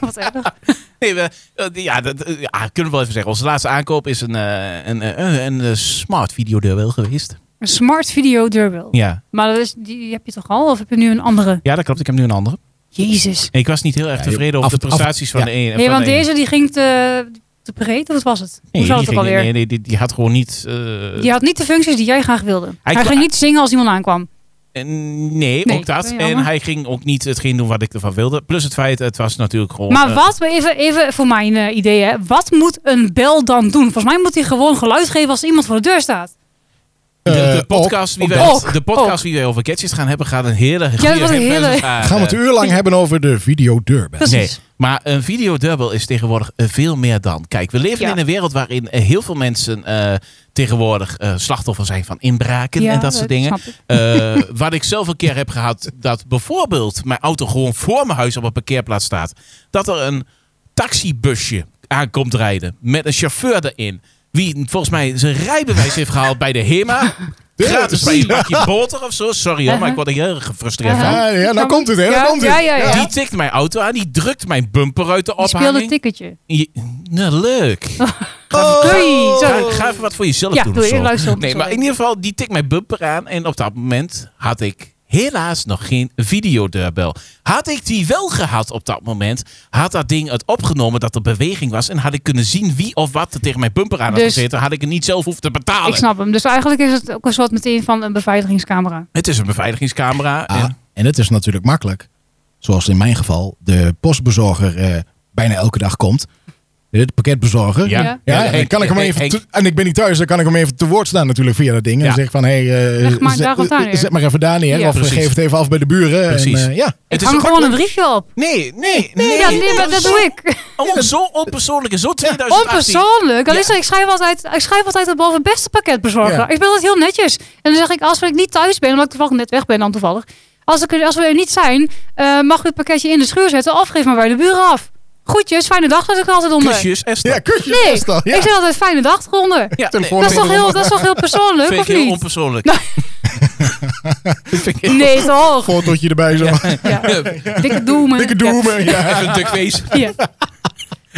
A: Wat erg.
C: Nee, we, eh, ja, dat, eh, ja, kunnen we wel even zeggen. Onze laatste aankoop is een, eh, een, eh, een, een, eh, smart eh, videodeur wel geweest.
A: Een smart video deurbel.
C: Ja.
A: Maar dat is, die, die heb je toch al? Of heb je nu een andere?
C: ja, dat klopt. Ik heb nu een andere.
A: Jezus.
C: Ik was niet heel erg
B: Ja,
C: tevreden
B: af-
C: over de
B: af-
C: prestaties van
B: ja.
C: de een.
A: Nee,
C: van
A: want
C: de een.
A: deze die ging te, te breed. Of wat was het?
C: Nee,
A: Hoe zat
C: die
A: het ook
C: ging-
A: alweer?
C: nee, nee, die, die had gewoon niet... eh,
A: Die had niet de functies die jij graag wilde. Hij,
C: kwa-
A: ging niet zingen als iemand aankwam.
C: En nee,
A: Nee,
C: ook dat.
A: jammer.
C: En hij ging ook niet hetgeen doen wat ik ervan wilde. Plus het feit, het was natuurlijk gewoon...
A: Maar
C: eh,
A: wat, even, even voor mijn eh, idee, hè. wat moet een bel dan doen? Volgens mij moet hij gewoon geluid geven als iemand voor de deur staat.
C: de, de
B: Eh,
C: podcast,
B: ook-
C: die
B: ook
C: wij,
A: dat.
C: de podcast die wij over gadgets gaan hebben, gaat een hele goede
A: wordt een hele-
C: referentie aan,
B: Gaan we
C: eh,
B: het een uur lang hebben over de videodeurbel.
A: Precies.
C: Nee, maar een videodubbel is tegenwoordig eh, veel meer dan. Kijk, we leven
A: Ja.
C: in een wereld waarin eh, heel veel mensen eh, tegenwoordig eh, slachtoffer zijn van inbraken en dat soort dingen.
A: snap ik.
C: Eh, wat ik zelf een keer heb gehad, dat bijvoorbeeld mijn auto gewoon voor mijn huis op een parkeerplaats staat. Dat er een taxibusje aankomt rijden met een chauffeur erin. Wie volgens mij zijn rijbewijs heeft gehaald bij de HEMA. Gratis bij een bakje boter of zo. Sorry hoor, maar ik word er heel erg gefrustreerd van.
B: Ja, ja, nou komt het, hè?
A: Ja,
B: Nou komt het.
A: ja, Uh-huh. ja, ja.
C: Die tikt mijn auto aan, die drukt mijn bumper uit de
A: Die speelde een
C: ophanging.
A: tikketje.
C: Je- nou, leuk.
A: Doei, Oh. zo.
C: Ga, ga even wat voor jezelf
A: Ja,
C: doen.
A: doe
C: of
A: je,
C: zo.
A: luister op,
C: Nee,
A: sorry.
C: maar in ieder geval, die tik mijn bumper aan. En op dat moment had ik helaas nog geen videodeurbel. Had ik die wel gehad op dat moment, had dat ding het opgenomen dat er beweging was. En had ik kunnen zien wie of wat er tegen mijn bumper aan had
A: Dus-
C: gezeten. Had ik het niet zelf hoeven te betalen.
A: Ik snap hem. Dus eigenlijk is het ook een soort meteen van een beveiligingscamera.
C: Het is een beveiligingscamera.
B: Ah,
C: en-
B: en het is natuurlijk makkelijk. Zoals in mijn geval, de postbezorger eh, bijna elke dag komt. De pakketbezorger.
A: Ja.
B: Ja, en,
C: Henk-
B: kan ik hem
C: Henk-
B: even
C: Henk-
B: te- en ik ben niet thuis, dan kan ik hem even te woord staan natuurlijk via dat ding.
C: Ja.
B: En zeg van, hé, hey, eh,
A: Leg maar daar
B: zet,
A: of daar
B: eh,
A: neer.
B: zet maar even daar neer.
A: Ja.
B: Of eh,
C: Precies.
B: geef het even af bij de buren.
C: Precies.
B: En, eh, ja.
C: het is
A: Hang
C: ook-
A: er gewoon een briefje op.
C: Nee, nee, nee.
A: Nee, ja, nee, maar dat doe ik.
C: Oh, zo onpersoonlijk en zo 2018.
A: Onpersoonlijk. Al
C: Ja.
A: is het, ik schrijf altijd, ik schrijf altijd het boven beste pakket bezorgen.
B: Ja.
A: Ik ben dat heel netjes. En dan zeg ik, als ik niet thuis ben, omdat ik toevallig net weg ben dan toevallig. Als, ik, er- als we er niet zijn, eh, mag u het pakketje in de schuur zetten of geef maar bij de buren af. Groetjes, fijne dag, dat ik er altijd onder.
C: Kusjes, Esther.
B: Ja, kusje
A: Nee,
B: vast al. Ja.
A: ik zeg altijd fijne dag eronder.
C: Ja, nee,
B: Telefoon
A: Dat is,
B: in de
A: toch heel,
B: longen.
A: dat is toch heel persoonlijk,
C: vind ik
A: of
C: heel
A: niet?
C: onpersoonlijk.
A: Nou.
C: Dat vind ik heel-
A: Nee, toch?
B: Fotootje erbij zo.
A: Ja. Dikke doemen.
B: Dikke doemen. Ja.
C: Even een duckface.
A: Ja.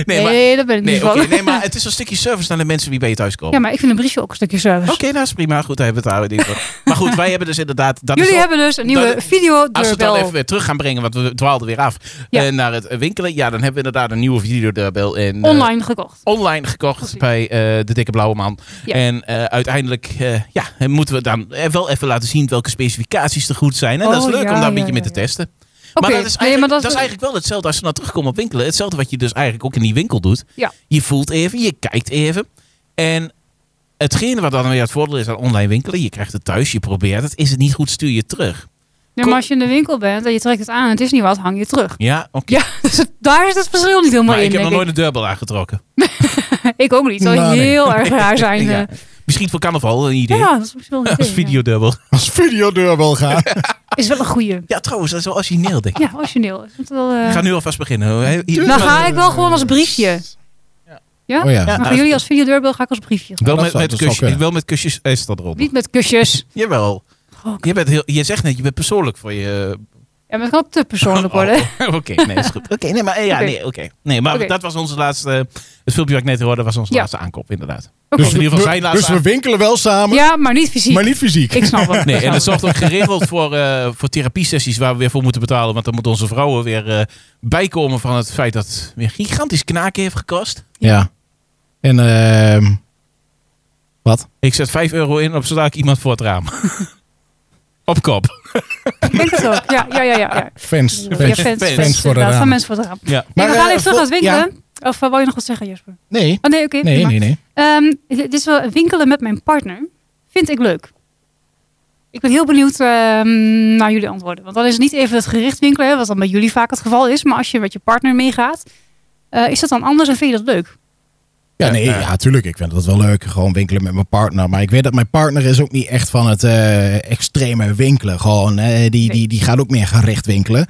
C: Nee,
A: Nee,
C: maar,
A: dat ben ik niet
C: nee,
A: van.
C: oké, nee, maar het is een stukje service naar de mensen die bij je thuis komen.
A: Ja, maar ik vind een briefje ook een stukje service.
C: Oké, nou is prima. Goed, daar hebben we het houden. Maar goed, wij hebben dus inderdaad... Dat
A: Jullie
C: is al-
A: hebben dus een nieuwe
C: dat- Als we het dan even
A: videodeurbel.
C: weer terug gaan brengen, want we dwaalden weer af
A: Ja.
C: eh, naar het winkelen. Ja, dan hebben we inderdaad een nieuwe videodeurbel. En, eh,
A: Online gekocht.
C: online gekocht
A: Precies.
C: bij eh, de dikke blauwe man.
A: Ja.
C: En eh, uiteindelijk eh, ja, moeten we dan eh, wel even laten zien welke specificaties er goed zijn. En dat
A: Oh,
C: is leuk
A: ja,
C: om daar een
A: ja,
C: beetje mee
A: ja,
C: te
A: ja.
C: testen.
A: Oké,
C: maar, dat is,
A: nee,
C: eigenlijk-
A: maar dat
C: dat,
A: is-
C: is eigenlijk wel hetzelfde als we nou terugkomen op winkelen. Hetzelfde wat je dus eigenlijk ook in die winkel doet.
A: Ja.
C: Je voelt even, je kijkt even. En hetgene wat dan weer het voordeel is aan online winkelen. Je krijgt het thuis, je probeert het. Is het niet goed, stuur je het terug.
A: Nee, maar als je in de winkel bent en je trekt het aan en het is niet wat, hang je terug.
C: Ja, oké.
A: Ja, dus het- daar is het verschil niet helemaal
C: Maar
A: in,
C: ik heb nog
A: denk
C: nooit een deurbel aangetrokken.
A: ik. Ik ook niet. Het zou
B: Nou, nee.
A: heel erg raar zijn. eh.
C: Ja. Misschien voor carnaval, een idee.
A: Ja, dat is misschien wel een
C: Als
A: idee, ja.
C: videodeurbel.
B: Als videodeurbel gaan.
A: Is wel een goeie.
C: Ja, trouwens, dat is wel origineel, denk ik.
A: Ja, origineel. Is het wel, eh,
C: Ik ga nu alvast beginnen. hoor. Hier-
A: Dan ga ik wel gewoon als briefje. Ja?
B: Oh ja.
C: Ja.
A: Dan gaan jullie als videodeurbel, ga ik als briefje.
C: Wel
B: dat
C: met,
B: zou-
C: met
B: dat zou
C: kusjes,
B: kunnen.
C: wel met kusjes is dat eronder.
A: Niet met kusjes.
C: Jawel.
A: Oh,
C: Je, bent heel, je zegt net, je bent persoonlijk voor je... eh,
A: Ja, maar het kan ook te persoonlijk worden.
C: Oh, oh, Oké, nee, is goed. Oké, nee, maar, eh, ja,
A: Oké.
C: nee, oké. nee, maar
A: Oké.
C: dat was onze laatste... Het filmpje wat ik net hoorde was onze
A: Ja.
C: laatste aankoop, inderdaad.
A: Oké.
B: Dus,
C: in ieder geval zijn
B: we,
C: laatste
B: dus we
C: aan-
B: winkelen wel samen,
A: Ja, maar niet fysiek.
B: maar niet fysiek.
A: Ik snap het.
C: oh. Nee,
A: Ik
C: en dat
A: snap
C: zorgt ook geregeld voor, eh voor therapiesessies waar we weer voor moeten betalen. Want dan moeten onze vrouwen weer eh, bijkomen van het feit dat het weer gigantisch knaken heeft gekost.
B: Ja. En ehm
C: Ik zet 5 euro in op zodra ik iemand voor het raam. op kop.
A: het. Ik denk het ook. Ja, ja, ja. ja, ja.
B: fans.
A: Ja,
B: fans.
A: fans, fans,
B: Fans voor de
A: inderdaad,
B: raam.
A: Van mensen voor de raam.
C: Ja.
A: Maar, we
B: eh,
A: gaan even terug
B: vol-
A: naar het winkelen. Of eh, wou je nog wat zeggen, Jasper?
B: Nee.
A: Oh nee, oké.
B: Nee,
A: prima.
B: nee, nee.
A: Ehm, dit is wel winkelen met mijn partner. Vind ik leuk. Ik ben heel benieuwd ehm, naar jullie antwoorden. Want dan is het niet even het gericht winkelen, hè, wat dan bij jullie vaak het geval is. Maar als je met je partner meegaat, eh, is dat dan anders en vind je dat leuk?
B: Ja, nee, ja, tuurlijk. Ik vind dat wel leuk. Gewoon winkelen met mijn partner. Maar ik weet dat mijn partner is ook niet echt van het eh, extreme winkelen. Gewoon, eh, die, die, die gaat ook meer gericht winkelen.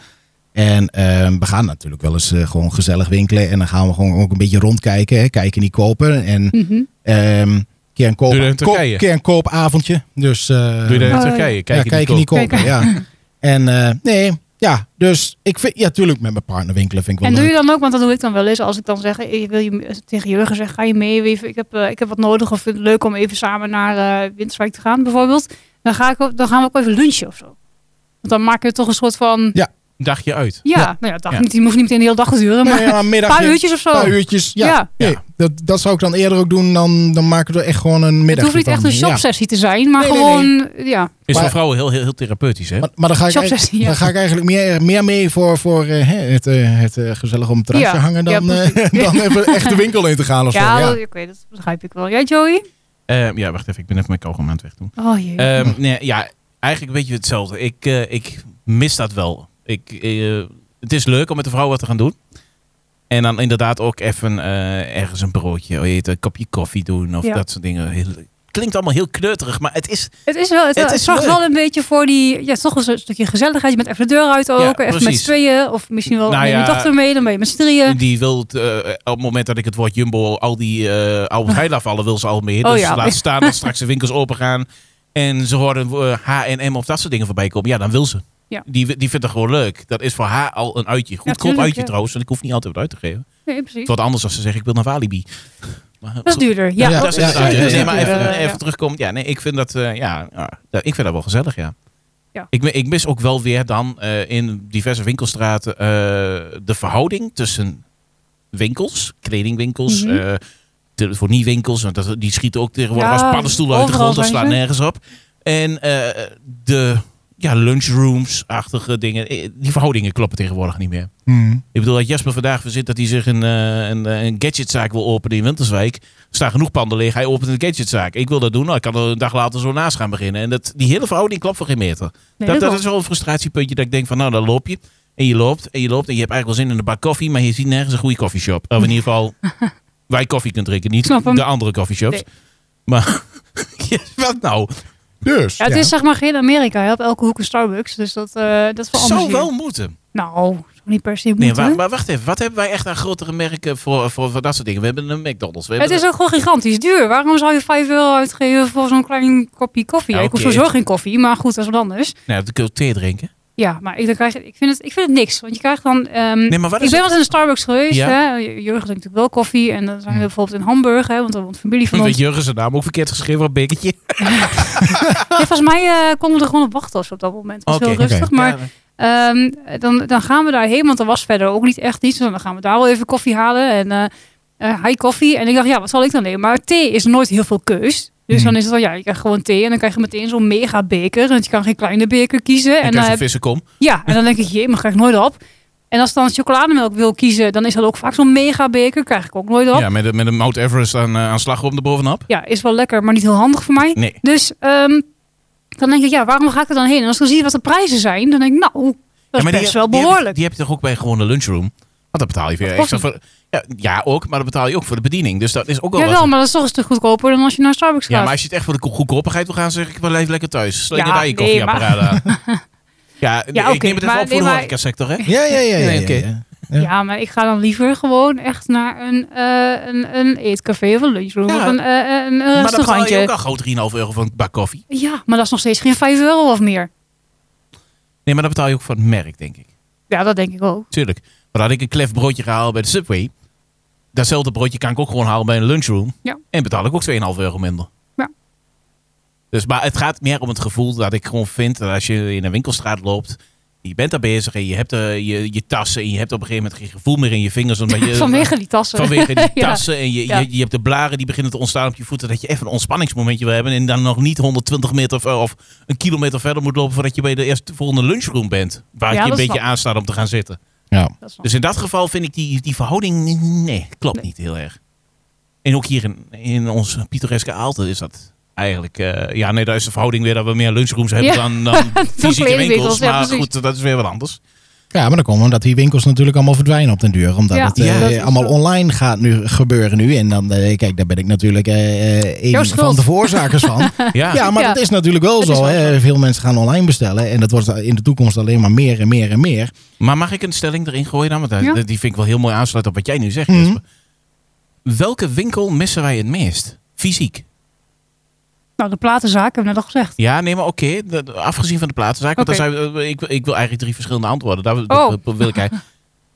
B: En ehm, we gaan natuurlijk wel eens eh, gewoon gezellig winkelen. En dan gaan we gewoon ook een beetje rondkijken. Hè. Kijken, niet kopen. En ehm keer een, koop,
C: Doe je dat in
B: koop-
C: Turkije?
B: keer een koopavondje. Dus, eh,
C: Doe je dat in
A: Oh, ja.
C: Turkije?
B: ja,
C: Kijk je
B: kijken,
C: die
B: niet
C: koop.
B: kopen. Ja. En eh, nee, ja. Dus ik vind, ja, tuurlijk met mijn partner winkelen vind ik wel
A: En doe
B: leuk.
A: je dan ook, want dat doe ik dan wel eens, als ik dan zeg, eh, ik wil je, tegen Jurgen zeg, ga je mee, even, ik, heb, eh, ik heb wat nodig of vind het leuk om even samen naar eh Winterswijk te gaan bijvoorbeeld. Dan, ga ik, ook- dan gaan we ook even lunchen of zo. Want dan maak je toch een soort van...
B: Ja.
C: Een dagje uit.
A: Ja,
B: Ja.
A: nou ja, dag
C: Ja.
A: niet, die hoeft niet meteen de hele dag te duren. Maar
B: Nee, maar
A: een
B: middag,
A: paar uurtjes of zo.
B: Een paar uurtjes, ja.
A: Ja.
B: Nee, dat, dat zou ik dan eerder ook doen. Dan, dan maken we er echt gewoon een
A: het
B: middag
A: hoeft niet echt een shopsessie te zijn, maar
B: Nee, nee,
A: gewoon... Ja,
C: Is
B: Maar-
C: voor vrouwen heel, heel, heel therapeutisch, hè?
B: Maar, maar dan, ga ik,
A: Shopsessie,
B: eigenlijk-
A: ja.
B: dan ga ik eigenlijk meer, meer mee voor, voor eh, hè, het, eh, het eh, gezellig om het terrasje
A: Ja.
B: hangen dan,
A: Ja,
B: eh,
A: precies.
B: dan even echt de winkel in te gaan of
A: ja,
B: zo.
A: wel,
B: Ja.
A: oké, dat begrijp ik wel. Jij, Joey?
C: Eh, ja, wacht even. Ik ben even mijn kogel aan het wegdoen.
A: Oh jee.
C: Ehm, nee, ja, eigenlijk een beetje hetzelfde. Ik, eh, ik mis dat wel. Ik, eh, het is leuk om met de vrouw wat te gaan doen. En dan inderdaad ook even eh, ergens een broodje eten, een kopje koffie doen of
A: Ja.
C: dat soort dingen. Heel, klinkt allemaal heel kneuterig, maar het is...
A: het is wel, het,
C: het
A: het
C: is
A: zorgt
C: leuk.
A: wel een beetje voor die, ja, toch een stukje gezelligheid. Je bent even de deur uit ook,
C: Ja,
A: even met
C: precies.
A: z'n tweeën. Of misschien wel
C: Nou
A: neem je
C: ja.
A: dochter mee, dan ben je met z'n drieën.
C: Die wil, eh, op het moment dat ik het woord Jumbo al die eh Albert Heijn afvallen, wil ze al meer.
A: Oh
C: dus
A: ja.
C: laat staan dat straks de winkels open gaan en ze horen eh, H&M of dat soort dingen voorbij komen. Ja, dan wil ze.
A: Ja.
C: Die, die vindt het gewoon leuk. Dat is voor haar al een uitje. Goedkoop
A: tuurlijk,
C: uitje
A: ja.
C: trouwens, want ik hoef niet altijd wat uit te geven.
A: Nee, precies.
C: Het wordt anders als ze zeggen, ik wil naar Walibi. Maar-
A: Dat is duurder. Ja,
B: Ja,
C: Dat is
B: ja,
C: het
B: ja,
C: uitje.
B: ja, ja.
C: Nee, maar even,
A: Ja, ja.
C: even terugkomt. Ja, nee, ik vind dat, eh, ja, ja, dat- ik vind dat wel gezellig, ja.
A: Ja.
C: Ik, mi- ik mis ook wel weer dan eh, in diverse winkelstraten eh, de verhouding tussen winkels, kledingwinkels,
A: Mhm.
C: eh, telefoniewinkels. Want dat, die schieten ook tegenwoordig
A: Ja,
C: als paddenstoelen uit de
A: overal
C: grond. Dat
A: zijn
C: slaat
A: ze.
C: nergens op. En eh, de ja, lunchrooms-achtige dingen, eh, die verhoudingen kloppen tegenwoordig niet meer.
B: Hmm.
C: Ik bedoel, dat Jasper vandaag verzint dat hij zich een, eh, een, eh, een gadgetzaak wil openen in Winterswijk. Er staan genoeg panden leeg, hij opent een gadgetzaak. Ik wil dat doen, nou, ik kan er een dag later zo naast gaan beginnen. En dat, die hele verhouding klopt voor geen meter.
A: Nee, dat
C: dat, dat
A: klopt.
C: is wel een frustratiepuntje dat ik denk van, nou, dan loop je. En je loopt, en je loopt, en je hebt eigenlijk wel zin in een bak koffie, maar je ziet nergens een goede koffieshop. Of in ieder geval, waar je koffie kunt drinken, niet
A: Snap hem.
C: de andere koffieshops.
A: Nee.
C: Maar, Ja, wat nou?
B: Dus,
A: Ja, het is zeg maar geen Amerika. hè. Op elke hoek een Starbucks. Dus dat, eh, dat is wel anders.
C: Zou
A: hier.
C: wel moeten.
A: Nou, zou niet per se
C: Nee,
A: moeten.
C: maar, maar wacht even, wat hebben wij echt aan grotere merken voor, voor, voor dat soort dingen? We hebben een McDonald's. We
A: het
C: hebben
A: is ook gewoon gigantisch duur. Waarom zou je 5 euro uitgeven voor zo'n klein kopje koffie?
C: Ja,
A: Ik hoef
C: oké.
A: sowieso geen koffie, maar goed, dat is wat anders.
C: Nou, dan kun je ook thee drinken.
A: Ja, maar ik, dan krijg, ik, vind het, ik vind het niks. Want je krijgt dan... ehm,
C: Nee, maar wat
A: ik ben
C: is het?
A: wel eens in een Starbucks geweest.
C: Ja.
A: hè. Jurgen drinkt natuurlijk wel koffie. En dan zijn we
B: Hm.
A: bijvoorbeeld in Hamburg. Hè, want dan woont familie van
C: Weet
A: ons.
C: Jurgen zijn naam ook verkeerd geschreven op bekertje?
A: Ja, volgens mij eh, konden we er gewoon op wachten als we op dat moment. Het was
C: Oké,
A: heel rustig.
B: oké.
A: Maar Ehm, dan, dan gaan we daarheen, want er was verder ook niet echt iets. Dus dan gaan we daar wel even koffie halen en eh eh, high koffie. En ik dacht, ja, wat zal ik dan nemen? Maar thee is nooit heel veel keus. Dus
B: Mhm.
A: dan is het wel, ja, je krijgt gewoon thee en dan krijg je meteen zo'n mega beker. Want je kan geen kleine beker kiezen.
C: en
A: En dan,
C: krijg je
A: heb,
C: vissen kom.
A: ja, en dan denk ik, jee, maar krijg ik nooit op. En als ik dan chocolademelk wil kiezen, dan is dat ook vaak zo'n mega beker. Krijg ik ook nooit op. Ja,
C: Ja, met, een- met een Mount Everest aan, eh, aan slagroom erbovenop.
A: is wel lekker, maar niet heel handig voor mij.
C: Nee.
A: Dus ehm, dan denk ik, ja, waarom ga ik er dan heen? En als ik dan zie wat de prijzen zijn, dan denk ik, nou, dat is
C: maar die-
A: best wel
C: die heb-
A: behoorlijk.
C: Die heb je toch ook bij gewoon een lunchroom? Want dan betaal je weer
A: kost
C: extra voor... Ja, ja, ook, maar dan betaal je ook voor de bediening. Dus dat is ook wel
A: Jawel,
C: wat.
A: maar dat is toch een stuk goedkoper dan als je naar Starbucks gaat.
C: Ja, maar als je het echt voor de go- goedkoopigheid wil gaan, zeg ik wel even lekker thuis. Slik
A: Ja,
C: daar
A: nee,
C: je koffieapparaat aan. Ja,
A: Ja,
C: ik
A: oké,
C: neem het even
A: maar-
C: op voor
A: nee,
C: de
A: maar-
C: horecasector, hè?
B: Ja, ja, ja. ja,
C: Nee,
B: ja,
C: oké.
B: ja.
A: ja. maar ik ga dan liever gewoon echt naar een, eh, een, een eetcafé of een lunchroom
C: Ja.
A: of een, eh, een
C: Maar dan betaal je ook
A: restaurantje.
C: al groot 3,5 euro voor een bak koffie.
A: Ja, maar dat is nog steeds geen 5 euro of meer.
C: Nee, maar dan betaal je ook voor het merk, denk ik.
A: Ja, dat denk ik ook.
C: Tuurlijk. Maar had ik een klef broodje gehaald bij de Subway. Datzelfde broodje kan ik ook gewoon halen bij een lunchroom.
A: Ja.
C: En betaal ik ook 2,5 euro minder.
A: Ja.
C: Dus, maar het gaat meer om het gevoel dat ik gewoon vind dat als je in een winkelstraat loopt. Je bent daar bezig en je hebt eh, je, je tassen. En je hebt op een gegeven moment geen gevoel meer in je vingers. Omdat je,
A: Vanwege die tassen.
C: vanwege die
A: Ja.
C: tassen. En je,
A: Ja.
C: je, je hebt de blaren die beginnen te ontstaan op je voeten. Dat je even een ontspanningsmomentje wil hebben. En dan nog niet 120 meter of, of een kilometer verder moet lopen. voordat je bij de eerste volgende lunchroom bent. Waar
A: Ja,
C: ik je een
A: dat
C: beetje
A: snap ik.
C: aanstaat om te gaan zitten.
B: Ja.
A: Dat is wel-
C: Dus in dat geval vind ik die, die verhouding. Nee, klopt
A: Nee.
C: niet heel erg. En ook hier in, in ons pittoreske Aalte is dat eigenlijk. eh, ja, nee, daar is de verhouding weer dat we meer lunchrooms hebben
A: Ja.
C: dan, dan fysieke
A: kledingwinkels,
C: winkels.
A: ja,
C: Maar
A: precies.
C: goed, dat is weer wat anders.
B: Ja, maar dan komen we omdat die winkels natuurlijk allemaal verdwijnen op den duur. Omdat
A: Ja,
B: het eh,
C: ja, dat
A: is
B: allemaal
A: zo.
B: online gaat nu gebeuren nu. En dan, eh, kijk, daar ben ik natuurlijk eh, eh,
A: Jouw
B: een
A: schuld.
B: van de voorzakers van.
C: Ja,
B: Ja, maar
A: Ja.
B: dat is natuurlijk wel
A: Dat
B: zo.
A: is wel
B: hè. Veel mensen gaan online bestellen. En dat wordt in de toekomst alleen maar meer en meer en meer.
C: maar mag ik een stelling erin gooien dan? Want dat-
A: Ja.
C: die vind ik wel heel mooi aansluit op wat jij nu zegt.
B: Mhm.
C: Jesper. Welke winkel missen wij het meest? Fysiek.
A: Nou, de platenzaak hebben we net al gezegd.
C: Ja, nee, maar oké. de- de- Afgezien van de platenzaak. Want
A: Oké.
C: daar zijn, we- eh, ik, wil- ik wil eigenlijk drie verschillende antwoorden. Daar wil-
A: Oh.
C: dat wil ik eigenlijk.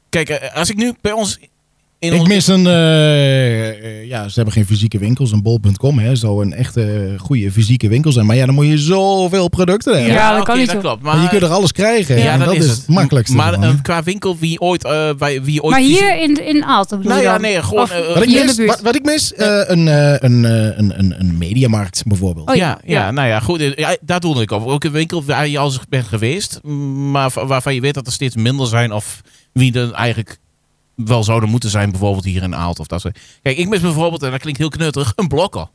C: Kijk, eh, als ik nu bij ons in
B: Ik
C: ons-
B: mis een, eh, eh, ja, ze hebben geen fysieke winkels, een bol.com, hè, zou een echte goede fysieke winkel zijn. Maar ja, dan moet je zoveel producten hebben.
A: Ja, dat
C: oké,
A: kan niet,
C: dat
A: joh.
C: klopt.
B: Maar je
C: Maar,
B: kunt er alles krijgen
C: ja,
B: en dat, is het makkelijkste.
C: Maar
B: ervan,
C: eh,
B: hè.
C: qua winkel, wie ooit... eh, bij, wie ooit
A: Maar
C: fysiek-
A: hier in, in Aalten bedoel
C: Nou
A: je
C: ja,
A: dan?
C: nee, gewoon...
A: Of-
C: eh, eh,
B: wat, ik
A: hier in
B: mis,
A: de buurt.
B: wat, wat ik mis, eh, een, eh, een, eh, een, een, een mediamarkt bijvoorbeeld.
A: Oh,
C: ja, ja,
A: ja.
C: nou ja, goed. eh, Ja, daar doelde ik over. Ook een winkel waar je al eens bent geweest, mm, maar va- waarvan je weet dat er steeds minder zijn of wie er eigenlijk wel zouden moeten zijn, bijvoorbeeld hier in Aalt of dat soort. Kijk, ik mis bijvoorbeeld, en dat klinkt heel knutterig, een blokker.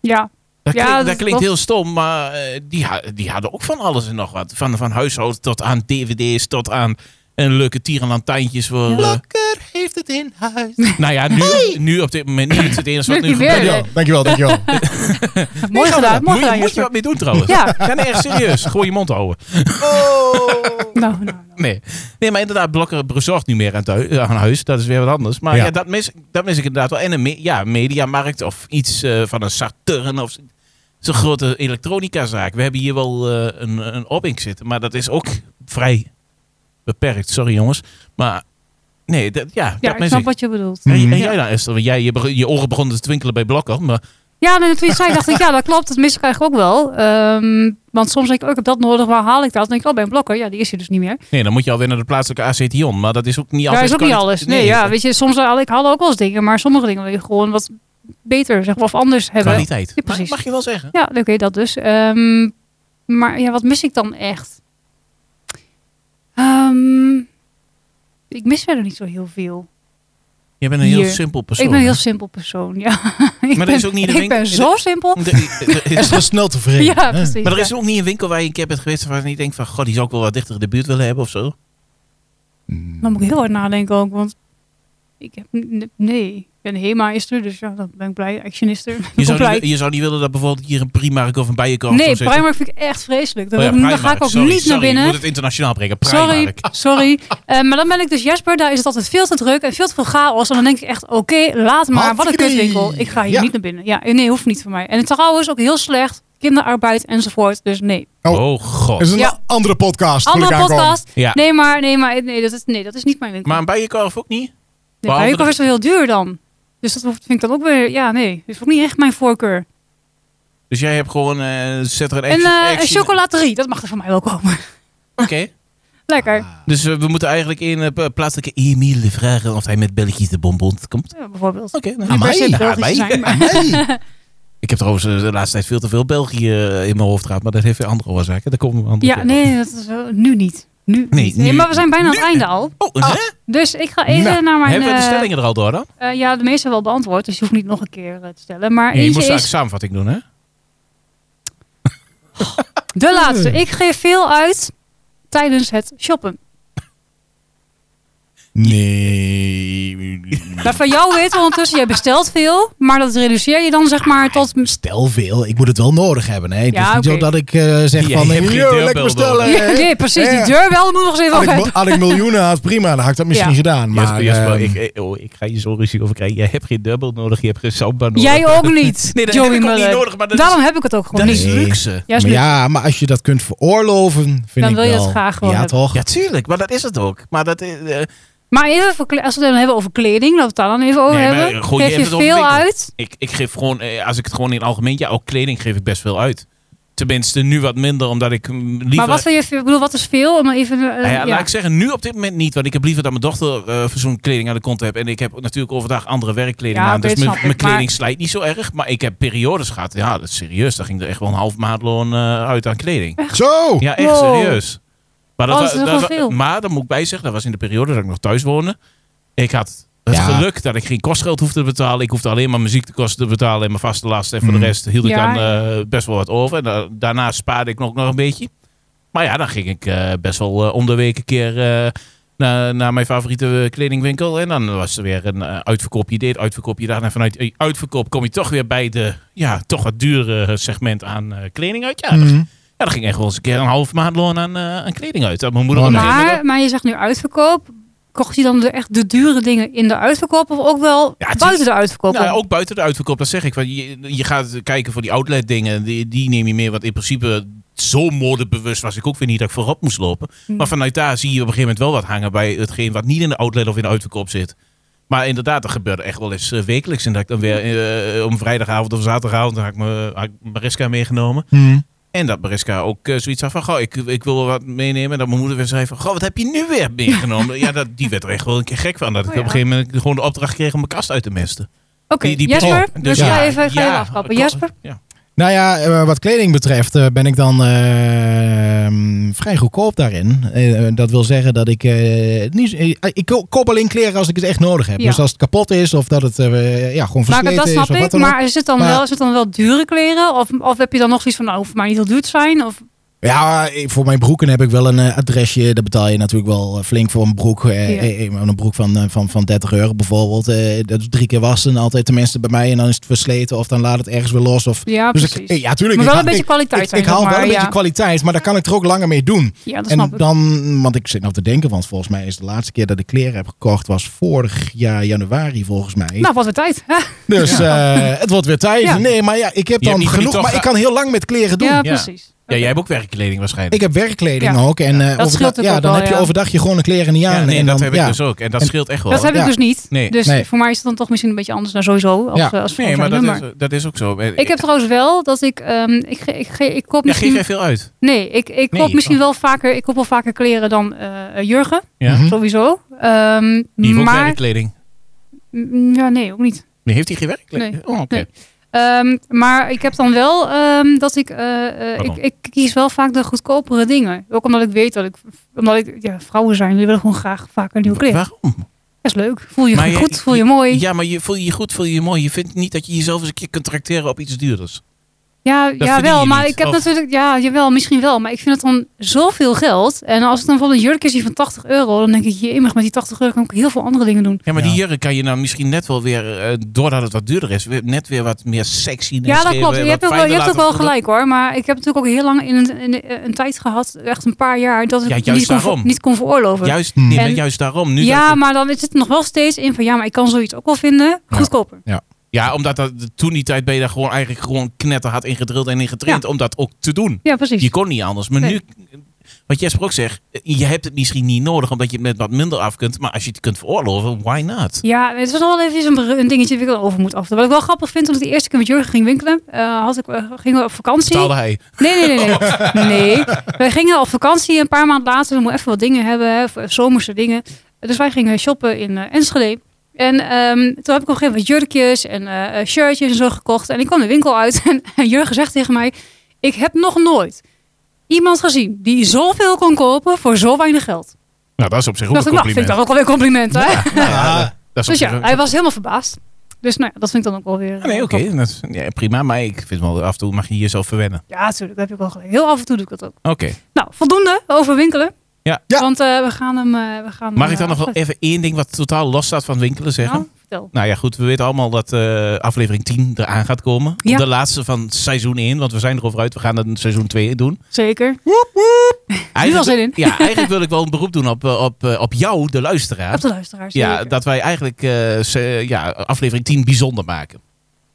A: Ja.
C: Dat,
A: Ja,
C: klinkt- dat
A: dat
C: klinkt
A: klopt.
C: heel stom, maar eh, die, ha- die hadden ook van alles en nog wat. Van, van huishoud tot aan dvd's, tot aan een leuke tierenlantijntjes. Voor, eh,
B: Blokker heeft het in huis.
C: nou ja, nu, nu op dit moment niet. Het enige wat
A: Niet
C: nu
A: meer.
C: gebeurt.
B: Dankjewel, dankjewel, dankjewel.
A: Mooi gedaan, mooi
C: Moet je,
A: gedaan.
C: moet je
A: Jesper.
C: wat mee doen trouwens.
A: Ja.
C: Ja, nee, echt serieus. Gewoon je mond houden.
A: Nou, nou, nou.
C: Nee. nee, maar inderdaad, Blokker bezorgt nu meer aan, thui- aan huis. Dat is weer wat anders. Maar
B: Ja.
C: ja, dat, mis, dat mis ik inderdaad wel. En een me- ja, mediamarkt of iets eh, van een Saturn of z- zo'n grote elektronicazaak. We hebben hier wel eh, een, een opink zitten, maar dat is ook vrij beperkt. Sorry jongens. Maar nee, dat, ja,
A: Ja,
C: dat
A: ik
C: mis
A: snap
C: ik.
A: wat je Hmm. bedoelt.
C: En, en
B: Mhm.
C: jij dan, Esther? Want Jij, je, beg- je oren begonnen te twinkelen bij Blokker. Maar
A: Ja, nee, toen je zei, dacht ik, ja, dat klopt. Dat mis ik eigenlijk ook wel. Ehm, want soms denk ik, ook heb dat nodig. Waar haal ik dat? Dan denk ik, oh, bij een blokker. Ja, die is hier dus niet meer.
C: nee, dan moet je alweer naar de plaatselijke ACTION. Maar dat is ook niet
A: Ja,
C: altijd...
A: is ook niet
C: kwali-
A: alles. Nee, ja, weet je, soms had ik had ook wel eens dingen, maar sommige dingen wil je gewoon wat beter, zeg maar, of anders hebben.
C: kwaliteit.
A: Ja, precies.
C: Mag je wel zeggen.
A: Ja, oké, dat dus. Ehm, maar ja, wat mis ik dan echt? Ehm, ik mis verder niet zo heel veel.
C: Je bent een heel
A: Hier.
C: simpel persoon.
A: ik ben een
C: hè?
A: heel simpel persoon, ja. ik
C: dat
A: ben,
C: is ook niet de
A: Ik
C: winkel-
A: ben zo simpel.
C: De- de- de-
B: Het is dus snel tevreden.
A: Ja,
B: hè.
A: precies.
C: maar er
A: ja.
C: is ook niet een winkel waar je een keer bent geweest waarvan je denkt van, god, die zou ik wel wat dichter in de buurt willen hebben of zo.
A: Dan moet ik heel hard nadenken ook, want ik heb... n- Nee, ik ben HEMA is er, dus ja, dan ben ik blij. Action is er, ben
C: Je
A: ik ook
C: zou,
A: blij.
C: niet, je zou niet willen dat bijvoorbeeld hier een Primark of een Bijenkorf
A: Nee,
C: of zo zit.
A: Primark vind ik echt vreselijk. Daar,
C: Oh ja,
A: wil ik- daar ga
C: Primark.
A: ik ook
C: Sorry,
A: niet naar
C: sorry,
A: binnen.
C: Ik moet het internationaal brengen.
A: Sorry,
C: Primark.
A: sorry. Eh, maar dan ben ik dus Jesper. Daar is het altijd veel te druk en veel te veel chaos. En dan denk ik echt, oké, laat maar. Wat een
B: Hartstikke.
A: kutwinkel. Ik ga hier
B: Ja.
A: niet naar binnen. Ja, nee, hoeft niet voor mij. En trouwens ook heel slecht. Kinderarbeid enzovoort. Dus nee.
B: Oh.
C: Oh god.
B: Het is een
A: Ja.
B: andere podcast. voel
A: Andere
B: ik aankomen.
A: podcast.
C: Ja.
A: Nee, maar, nee, maar nee, dat is, nee, dat is niet mijn winkel.
C: Maar een Bijenkorf ook niet?
A: nee,
C: behalve
A: Bijenkorf
C: de-
A: is wel heel duur dan. Dus dat hoeft- vind ik dan ook weer... Ja, nee. Dat is ook niet echt mijn voorkeur.
C: Dus jij hebt gewoon, eh, zet er een
A: En
C: action,
A: eh, een
C: action-
A: chocolaterie. Dat mag er van mij wel komen.
C: Oké.
A: Lekker.
C: Dus eh, we moeten eigenlijk in eh, plaatselijke Emile vragen of hij met Belgische bonbons komt.
A: Ja, bijvoorbeeld.
C: Oké, nou,
A: Niet per se
C: amai.
A: Belgisch
C: Amai.
A: zijn, maar-
C: Ik heb trouwens eh, de laatste tijd veel te veel België eh, in mijn hoofd gehad, maar dat heeft weer andere oorzaken. Daar komen we een andere
A: Ja,
C: keer op.
A: nee, dat is wel- nu niet. Nu,
C: Nee,
A: niet. nee,
C: nu-
A: maar we zijn bijna aan het einde al.
C: Oh, hè? Nou,
A: Dus ik ga even naar mijn...
C: hebben we de
A: eh,
C: stellingen er al door dan?
A: eh, ja, de meeste wel beantwoord, dus je hoeft niet nog een keer eh, te stellen. Maar
C: Nee, je moest
A: eentje
C: eigenlijk
A: is
C: samenvatting doen, hè?
A: de laatste. Ik geef veel uit tijdens het shoppen.
B: Nee.
A: Maar van jou weten we ondertussen, jij bestelt veel, maar dat reduceer je dan zeg maar tot...
B: Stel veel, ik moet het wel nodig hebben. Hè. Het
A: Ja,
B: is niet zo
A: oké.
B: dat ik eh, zeg
C: Jij
B: van,
C: hebt geen
B: yo, lekker
C: deurbel
B: bestellen.
A: Ja, nee, precies, die
B: Ja.
A: deurbel moet nog eens even
C: Oh,
B: Had ik,
A: afgaan.
B: had ik miljoenen had, prima, dan had ik dat misschien
A: Ja.
B: gedaan. Maar,
C: Jasper, Jasper,
B: ehm,
C: ik, eh, oh, ik ga je zo ruzie over krijgen. Jij hebt geen dubbel nodig, je hebt geen soundbar nodig.
A: Jij ook niet,
C: Nee, dat
A: Joey
C: heb ik ook niet
A: Muller.
C: nodig, maar dat
A: Daarom heb ik het ook gewoon
C: Dat is
A: niet.
B: Nee.
C: luxe.
A: Juist
B: maar
A: niet.
B: ja, maar als je dat kunt veroorloven, vind
A: Dan
B: ik
A: wil je
B: wel.
A: het graag gewoon
B: Ja,
A: hebben.
B: toch?
C: Ja, tuurlijk, maar dat is het ook. Maar dat is... eh,
A: Maar even, voor kle- als we het dan hebben over kleding, laten we het daar dan even over
C: Nee, maar
A: hebben.
C: goed, je
A: geef
C: hebt
A: je
C: het over
A: veel
C: winkel.
A: uit?
C: ik, ik geef gewoon, eh, als ik het gewoon in het algemeen... Ja, ook kleding geef ik best veel uit. Tenminste, nu wat minder, omdat ik mm, liever...
A: Maar wat, wil je, ik bedoel, wat is veel? Om even, eh,
C: Nou ja,
A: ja.
C: Laat ik zeggen, nu op dit moment niet. Want ik heb liever dat mijn dochter eh, voor zo'n kleding aan de kont heb. En ik heb natuurlijk overdag andere werkkleding
A: Ja,
C: aan.
A: oké,
C: Dus
A: dat
C: mijn
A: snap
C: mijn
A: ik, maar-
C: kleding slijt niet zo erg. Maar ik heb periodes gehad. Ja, dat is serieus. Daar ging er echt wel een half maandloon eh, uit aan kleding.
B: Zo!
C: Ja, echt
A: Wow.
C: serieus. Maar
A: Oh,
C: wa-
A: dat is wel
C: wa-
A: veel.
C: maar daar moet ik bij zeggen, dat was in de periode dat ik nog thuis woonde. Ik had het
B: Ja.
C: geluk dat ik geen kostgeld hoefde te betalen. Ik hoefde alleen maar muziekkosten te betalen en mijn vaste last. En voor
B: Mhm.
C: de rest hield ik
A: Ja,
C: dan eh, best wel wat over. En da- daarna spaarde ik nog, nog een beetje. Maar ja, dan ging ik eh, best wel eh, om de week een keer eh, naar, naar mijn favoriete eh, kledingwinkel. En dan was er weer een eh, uitverkoopje dit, uitverkoopje daar. En vanuit eh, uitverkoop kom je toch weer bij de, ja, toch wat duurdere segment aan eh, kleding uit. Ja, dat
B: Mhm.
C: ja, dat ging echt wel eens een keer een half maand loon aan, eh, aan kleding uit. Dat mijn moeder
B: Oh,
C: op een
B: nee.
C: gegeven
A: maar,
C: moment
A: maar je zegt nu uitverkoop. Kocht je dan de, echt de dure dingen in de uitverkoop of ook wel
C: Ja, het is-
A: buiten de uitverkoop?
C: ook- Nou, ook buiten de uitverkoop, dat zeg ik. Want je, je gaat kijken voor die outlet dingen, die, die neem je mee. Want in principe, zo modebewust was ik ook weer niet dat ik voorop moest lopen.
A: Hmm.
C: Maar vanuit daar zie je op een gegeven moment wel wat hangen bij hetgeen wat niet in de outlet of in de uitverkoop zit. Maar inderdaad, dat gebeurde echt wel eens eh, wekelijks. En dat ik dan weer eh, om vrijdagavond of zaterdagavond, dan had ik, me, had ik Mariska meegenomen.
B: Mhm.
C: En dat Mariska ook eh, zoiets had van, goh, ik, ik wil wel wat meenemen. En dat mijn moeder weer zei van, goh, wat heb je nu weer meegenomen? ja, dat, die werd er echt wel een keer gek van.
A: Oh
C: Dat ik op
A: ja.
C: een gegeven moment gewoon de opdracht kreeg om mijn kast uit te mesten.
A: Oké,
C: Die- die-
A: Jasper,
C: Oh,
A: dus
C: ja,
A: ga even, ga
C: ja,
A: even afkappen.
C: klopt.
A: Jasper?
C: Ja.
B: Nou ja, eh, wat kleding betreft eh, ben ik dan eh, vrij goedkoop daarin. Eh, eh, dat wil zeggen dat ik eh, niet. eh, ik ko- koop alleen kleren als ik het echt nodig heb.
A: Ja.
B: Dus als het kapot is of dat het eh, ja, gewoon
A: Maar
B: versleten
A: kijk, dat
B: is
A: snap
B: of wat
A: ik,
B: dan ook.
A: maar is het dan,
B: Maar-
A: wel, is het dan wel dure kleren? Of, of heb je dan nog zoiets van, nou, hoeft maar niet heel duur te zijn? Of,
B: Ja, eh, voor mijn broeken heb ik wel een eh, adresje. Daar betaal je natuurlijk wel eh, flink voor een broek. Eh,
A: Ja.
B: eh, eh, Een broek van, eh, van, van 30 euro bijvoorbeeld. Eh, dat is drie keer wassen altijd tenminste bij mij. En dan is het versleten of dan laat het ergens weer los. Of...
A: ja,
B: Dus
A: precies.
B: ik, eh, ja, tuurlijk.
A: maar wel
B: ik
A: een
B: haal-
A: beetje
B: ik-
A: kwaliteit.
B: Ik,
A: zijn,
B: ik haal
A: zeg
B: wel
A: maar,
B: een
A: ja.
B: beetje kwaliteit, maar daar kan ik er ook langer mee doen.
A: Ja, dat
B: En
A: snap ik.
B: dan, want ik zit nou te denken, want volgens mij is de laatste keer dat ik kleren heb gekocht, was vorig jaar januari volgens mij.
A: Nou, wat een tijd. hè?
B: dus eh, het wordt weer tijd.
A: Ja.
B: Nee, maar ja, ik heb
C: Je hebt
B: dan
C: niet van die
B: genoeg, maar
C: toga-
B: ik kan heel lang met kleren doen.
A: Ja,
C: Ja.
A: precies.
C: Ja, jij hebt ook werkkleding waarschijnlijk.
B: Ik heb werkkleding
A: Ja.
B: ook. En eh,
A: scheelt
B: overdag,
A: natuurlijk
B: ja,
A: ook
B: dan
A: wel,
B: heb je
A: ja.
B: overdag je gewone kleren niet aan.
C: ja, nee,
B: en dan,
C: dat heb ik
B: ja.
C: dus ook. En dat
B: En-
C: scheelt echt wel.
A: Dat heb ik
B: Ja.
A: dus niet.
C: Nee.
A: Dus
B: Nee.
A: voor mij is het dan toch misschien een beetje anders dan sowieso. Als,
B: Ja.
A: eh, als
C: nee,
A: als
C: maar
A: jouw
C: dat
A: nummer.
C: is, dat is ook zo. Eh,
A: Ik heb trouwens wel dat ik, ehm, ik, ge- ik, ge- ik koop
C: ja, geef
A: misschien,
C: jij veel uit?
A: nee, ik, ik koop
C: Nee.
A: misschien wel vaker, ik koop wel vaker kleren dan eh jurgen,
C: Ja.
B: Mhm.
A: sowieso. Ehm,
C: Die heeft ook
A: maar,
C: werkkleding.
A: Mm, ja, nee, ook niet.
C: Nee, heeft hij geen werkkleding?
A: Nee.
C: Oh, oké.
A: Nee. Ehm, maar ik heb dan wel ehm, dat ik, eh, eh, ik,
C: Pardon.
A: ik kies wel vaak de goedkopere dingen. Ook omdat ik weet dat ik, omdat ik, ja, vrouwen zijn, die willen gewoon graag vaker nieuwe kleren.
C: Waarom?
A: Dat is leuk. Voel je
C: Maar
A: goed,
C: je-
A: goed, voel je mooi.
C: Ja, maar je voel je je goed, voel je je mooi. Je vindt niet dat je jezelf eens een keer kunt tracteren op iets duurders.
A: Ja, ja
C: verdien
A: wel,
C: je
A: maar
C: niet,
A: ik heb
C: of?
A: natuurlijk, ja, jawel, misschien wel, maar ik vind het dan zoveel geld. En als het dan bijvoorbeeld een jurk is die van 80 euro, dan denk ik, jemig, met die 80 euro kan ik heel veel andere dingen doen.
C: Ja, maar
B: Ja.
C: die jurk kan je nou misschien net wel weer, eh, doordat het wat duurder is, weer- net weer wat meer sexy
A: Ja, dat
C: geven,
A: klopt. Je
C: wat
A: hebt, ook wel, je
C: fijner
A: hebt ook
C: laten
A: wel
C: voelen.
A: gelijk hoor, maar ik heb natuurlijk ook heel lang in een, in een, een tijd gehad, echt een paar jaar, dat ik
C: Ja,
A: het
C: juist
A: niet, kon, ver-
C: daarom.
A: niet kon veroorloven.
C: Juist,
B: Hmm.
C: nee, maar
A: En-
C: juist daarom. Nu
A: ja,
C: dat-
A: maar dan zit er nog wel steeds in van, ja, maar ik kan zoiets ook wel vinden,
B: Ja.
A: goedkoper.
C: ja, omdat dat, toen die tijd ben je daar gewoon eigenlijk gewoon knetterhard in gedrild en in getraind om dat ook te doen.
A: Ja, precies.
C: Je kon niet anders. Maar
A: Nee.
C: nu, wat Jesper ook zegt, je hebt het misschien niet nodig omdat je het met wat minder af kunt. Maar als je het kunt veroorloven, why not?
A: Ja, het is nog wel even een, ber- een dingetje dat ik wel over moet af. Wat ik wel grappig vind, omdat ik de eerste keer met Jurgen ging winkelen, eh, had ik, eh, gingen we op vakantie.
C: Betaalde hij.
A: Nee, nee, nee. Nee. nee. Wij gingen op vakantie een paar maanden later. We moeten even wat dingen hebben, hè, voor zomerse dingen. Dus wij gingen shoppen in eh, Enschede. En ehm, toen heb ik op een gegeven moment jurkjes en eh, eh, shirtjes en zo gekocht. En ik kwam de winkel uit en, eh, Jurgen zegt tegen mij... Ik heb nog nooit iemand gezien die zoveel kon kopen voor zo weinig geld.
C: Nou, dat is op zich ook
A: dacht
C: een
A: ik, nou, vind ik
C: compliment.
A: dat ook wel weer compliment, hè?
B: Ja.
C: Dat is op
A: Dus
C: zich
A: ja,
C: een-
A: hij was helemaal verbaasd. Dus nou ja, dat vind ik dan ook wel weer... eh,
C: Ah, nee, oké. dat is- ja, prima, maar ik vind wel, af en toe mag je jezelf verwennen.
A: Ja, natuurlijk. Dat heb ik wel gelijk. Heel af en toe doe ik dat ook.
C: Oké.
A: Nou, voldoende over winkelen.
C: Ja.
B: Ja.
A: Want eh, we gaan hem... eh, we gaan hem,
C: Mag ik
A: eh,
C: dan nog wel
A: afsluiten.
C: even één ding wat totaal los staat van winkelen zeggen?
A: Nou, vertel.
C: Nou ja, goed, we weten allemaal dat eh, aflevering 10 eraan gaat komen.
A: Ja.
C: De laatste van seizoen 1, want we zijn erover uit. We gaan een seizoen 2 doen.
A: Zeker.
C: Eigenlijk-
A: wel zin in.
C: Ja, eigenlijk wil ik wel een beroep doen op, eh, op, eh, op jou, de luisteraar.
A: Op de luisteraars.
C: Ja,
A: zeker.
C: dat wij eigenlijk eh, se- ja, aflevering 10 bijzonder maken.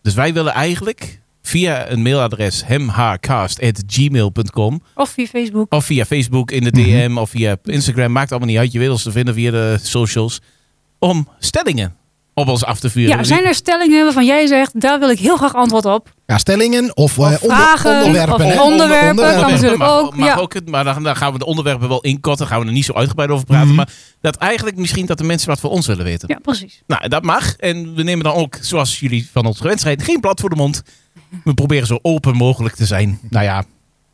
C: Dus wij willen eigenlijk via een mailadres hemhaarcast.gmail.com
A: Of via Facebook.
C: of via Facebook in de DM of via Instagram, maakt allemaal niet uit. Je weet ons te vinden via de socials. Om stellingen op ons af te vuren.
A: Ja, zijn er stellingen waarvan jij zegt, daar wil ik heel graag antwoord op?
B: Ja, stellingen of, eh,
A: Of
B: onder-
A: vragen,
B: onderwerpen.
A: of
B: hè.
A: onderwerpen, kan
B: Onderwerpen.
A: natuurlijk
C: mag,
A: ook,
C: Mag
A: ja.
C: ook het, maar dan, dan gaan we de onderwerpen wel inkotten. Gaan we er niet zo uitgebreid over praten.
B: Mhm.
C: Maar dat eigenlijk misschien dat de mensen wat van ons willen weten.
A: Ja, precies.
C: Nou, dat mag. En we nemen dan ook, zoals jullie van ons gewend zijn, geen blad voor de mond. We proberen zo open mogelijk te zijn. Nou ja,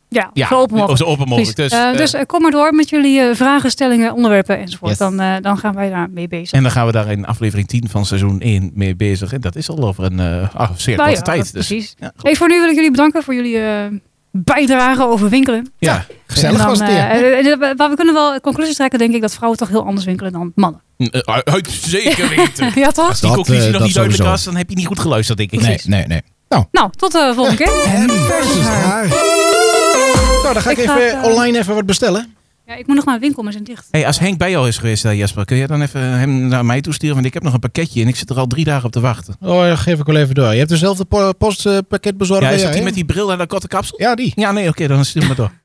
A: Ja,
C: ja
A: zo open mogelijk.
C: zo open mogelijk.
A: Precies.
C: Dus,
A: Eh,
C: eh,
A: dus eh, kom maar door met jullie eh, vragen, stellingen, onderwerpen enzovoort.
B: Yes.
A: Dan, eh, dan gaan wij daar mee bezig.
C: en dan gaan we daar in aflevering 10 van seizoen 1 mee bezig. En dat is al over een eh, ah, zeer
A: Nou
C: korte
A: ja,
C: tijd. Dus,
A: Precies.
C: ja, goed.
A: Hey, voor nu wil ik jullie bedanken voor jullie eh, bijdrage over winkelen.
C: ja.
A: En
B: Gezellig
A: dan,
B: was het weer.
A: eh, eh, eh, we- maar we kunnen wel conclusies trekken, denk ik, dat vrouwen toch heel anders winkelen dan mannen.
C: Eh, uit- uit- zeker weten.
A: Ja, toch?
C: Als die
B: Dat,
C: conclusie
B: eh,
C: nog
B: dat
C: niet duidelijk
B: sowieso.
C: was, dan heb je niet goed geluisterd, denk ik.
B: Nee, nee, nee.
A: Nou, tot de volgende keer.
B: Hem versus haar. dus- Nou, dan ga ik,
A: Ik ga
B: even
A: het, eh,
B: online even wat bestellen.
A: Ja, ik moet nog naar de winkel, maar ze zijn dicht.
C: Hey, als Henk bij jou is geweest, eh, Jasper, kun je dan even hem naar mij toesturen? Want ik heb nog een pakketje en ik zit er al drie dagen op te wachten.
B: Oh, dat geef ik wel even door. Je hebt dezelfde postpakket bezorgd.
C: Ja,
B: bij
C: is dat
B: jou,
C: die
B: hè?
C: met die bril en dat korte kapsel?
B: Ja, die.
C: Ja, nee, oké, dan stuur me door.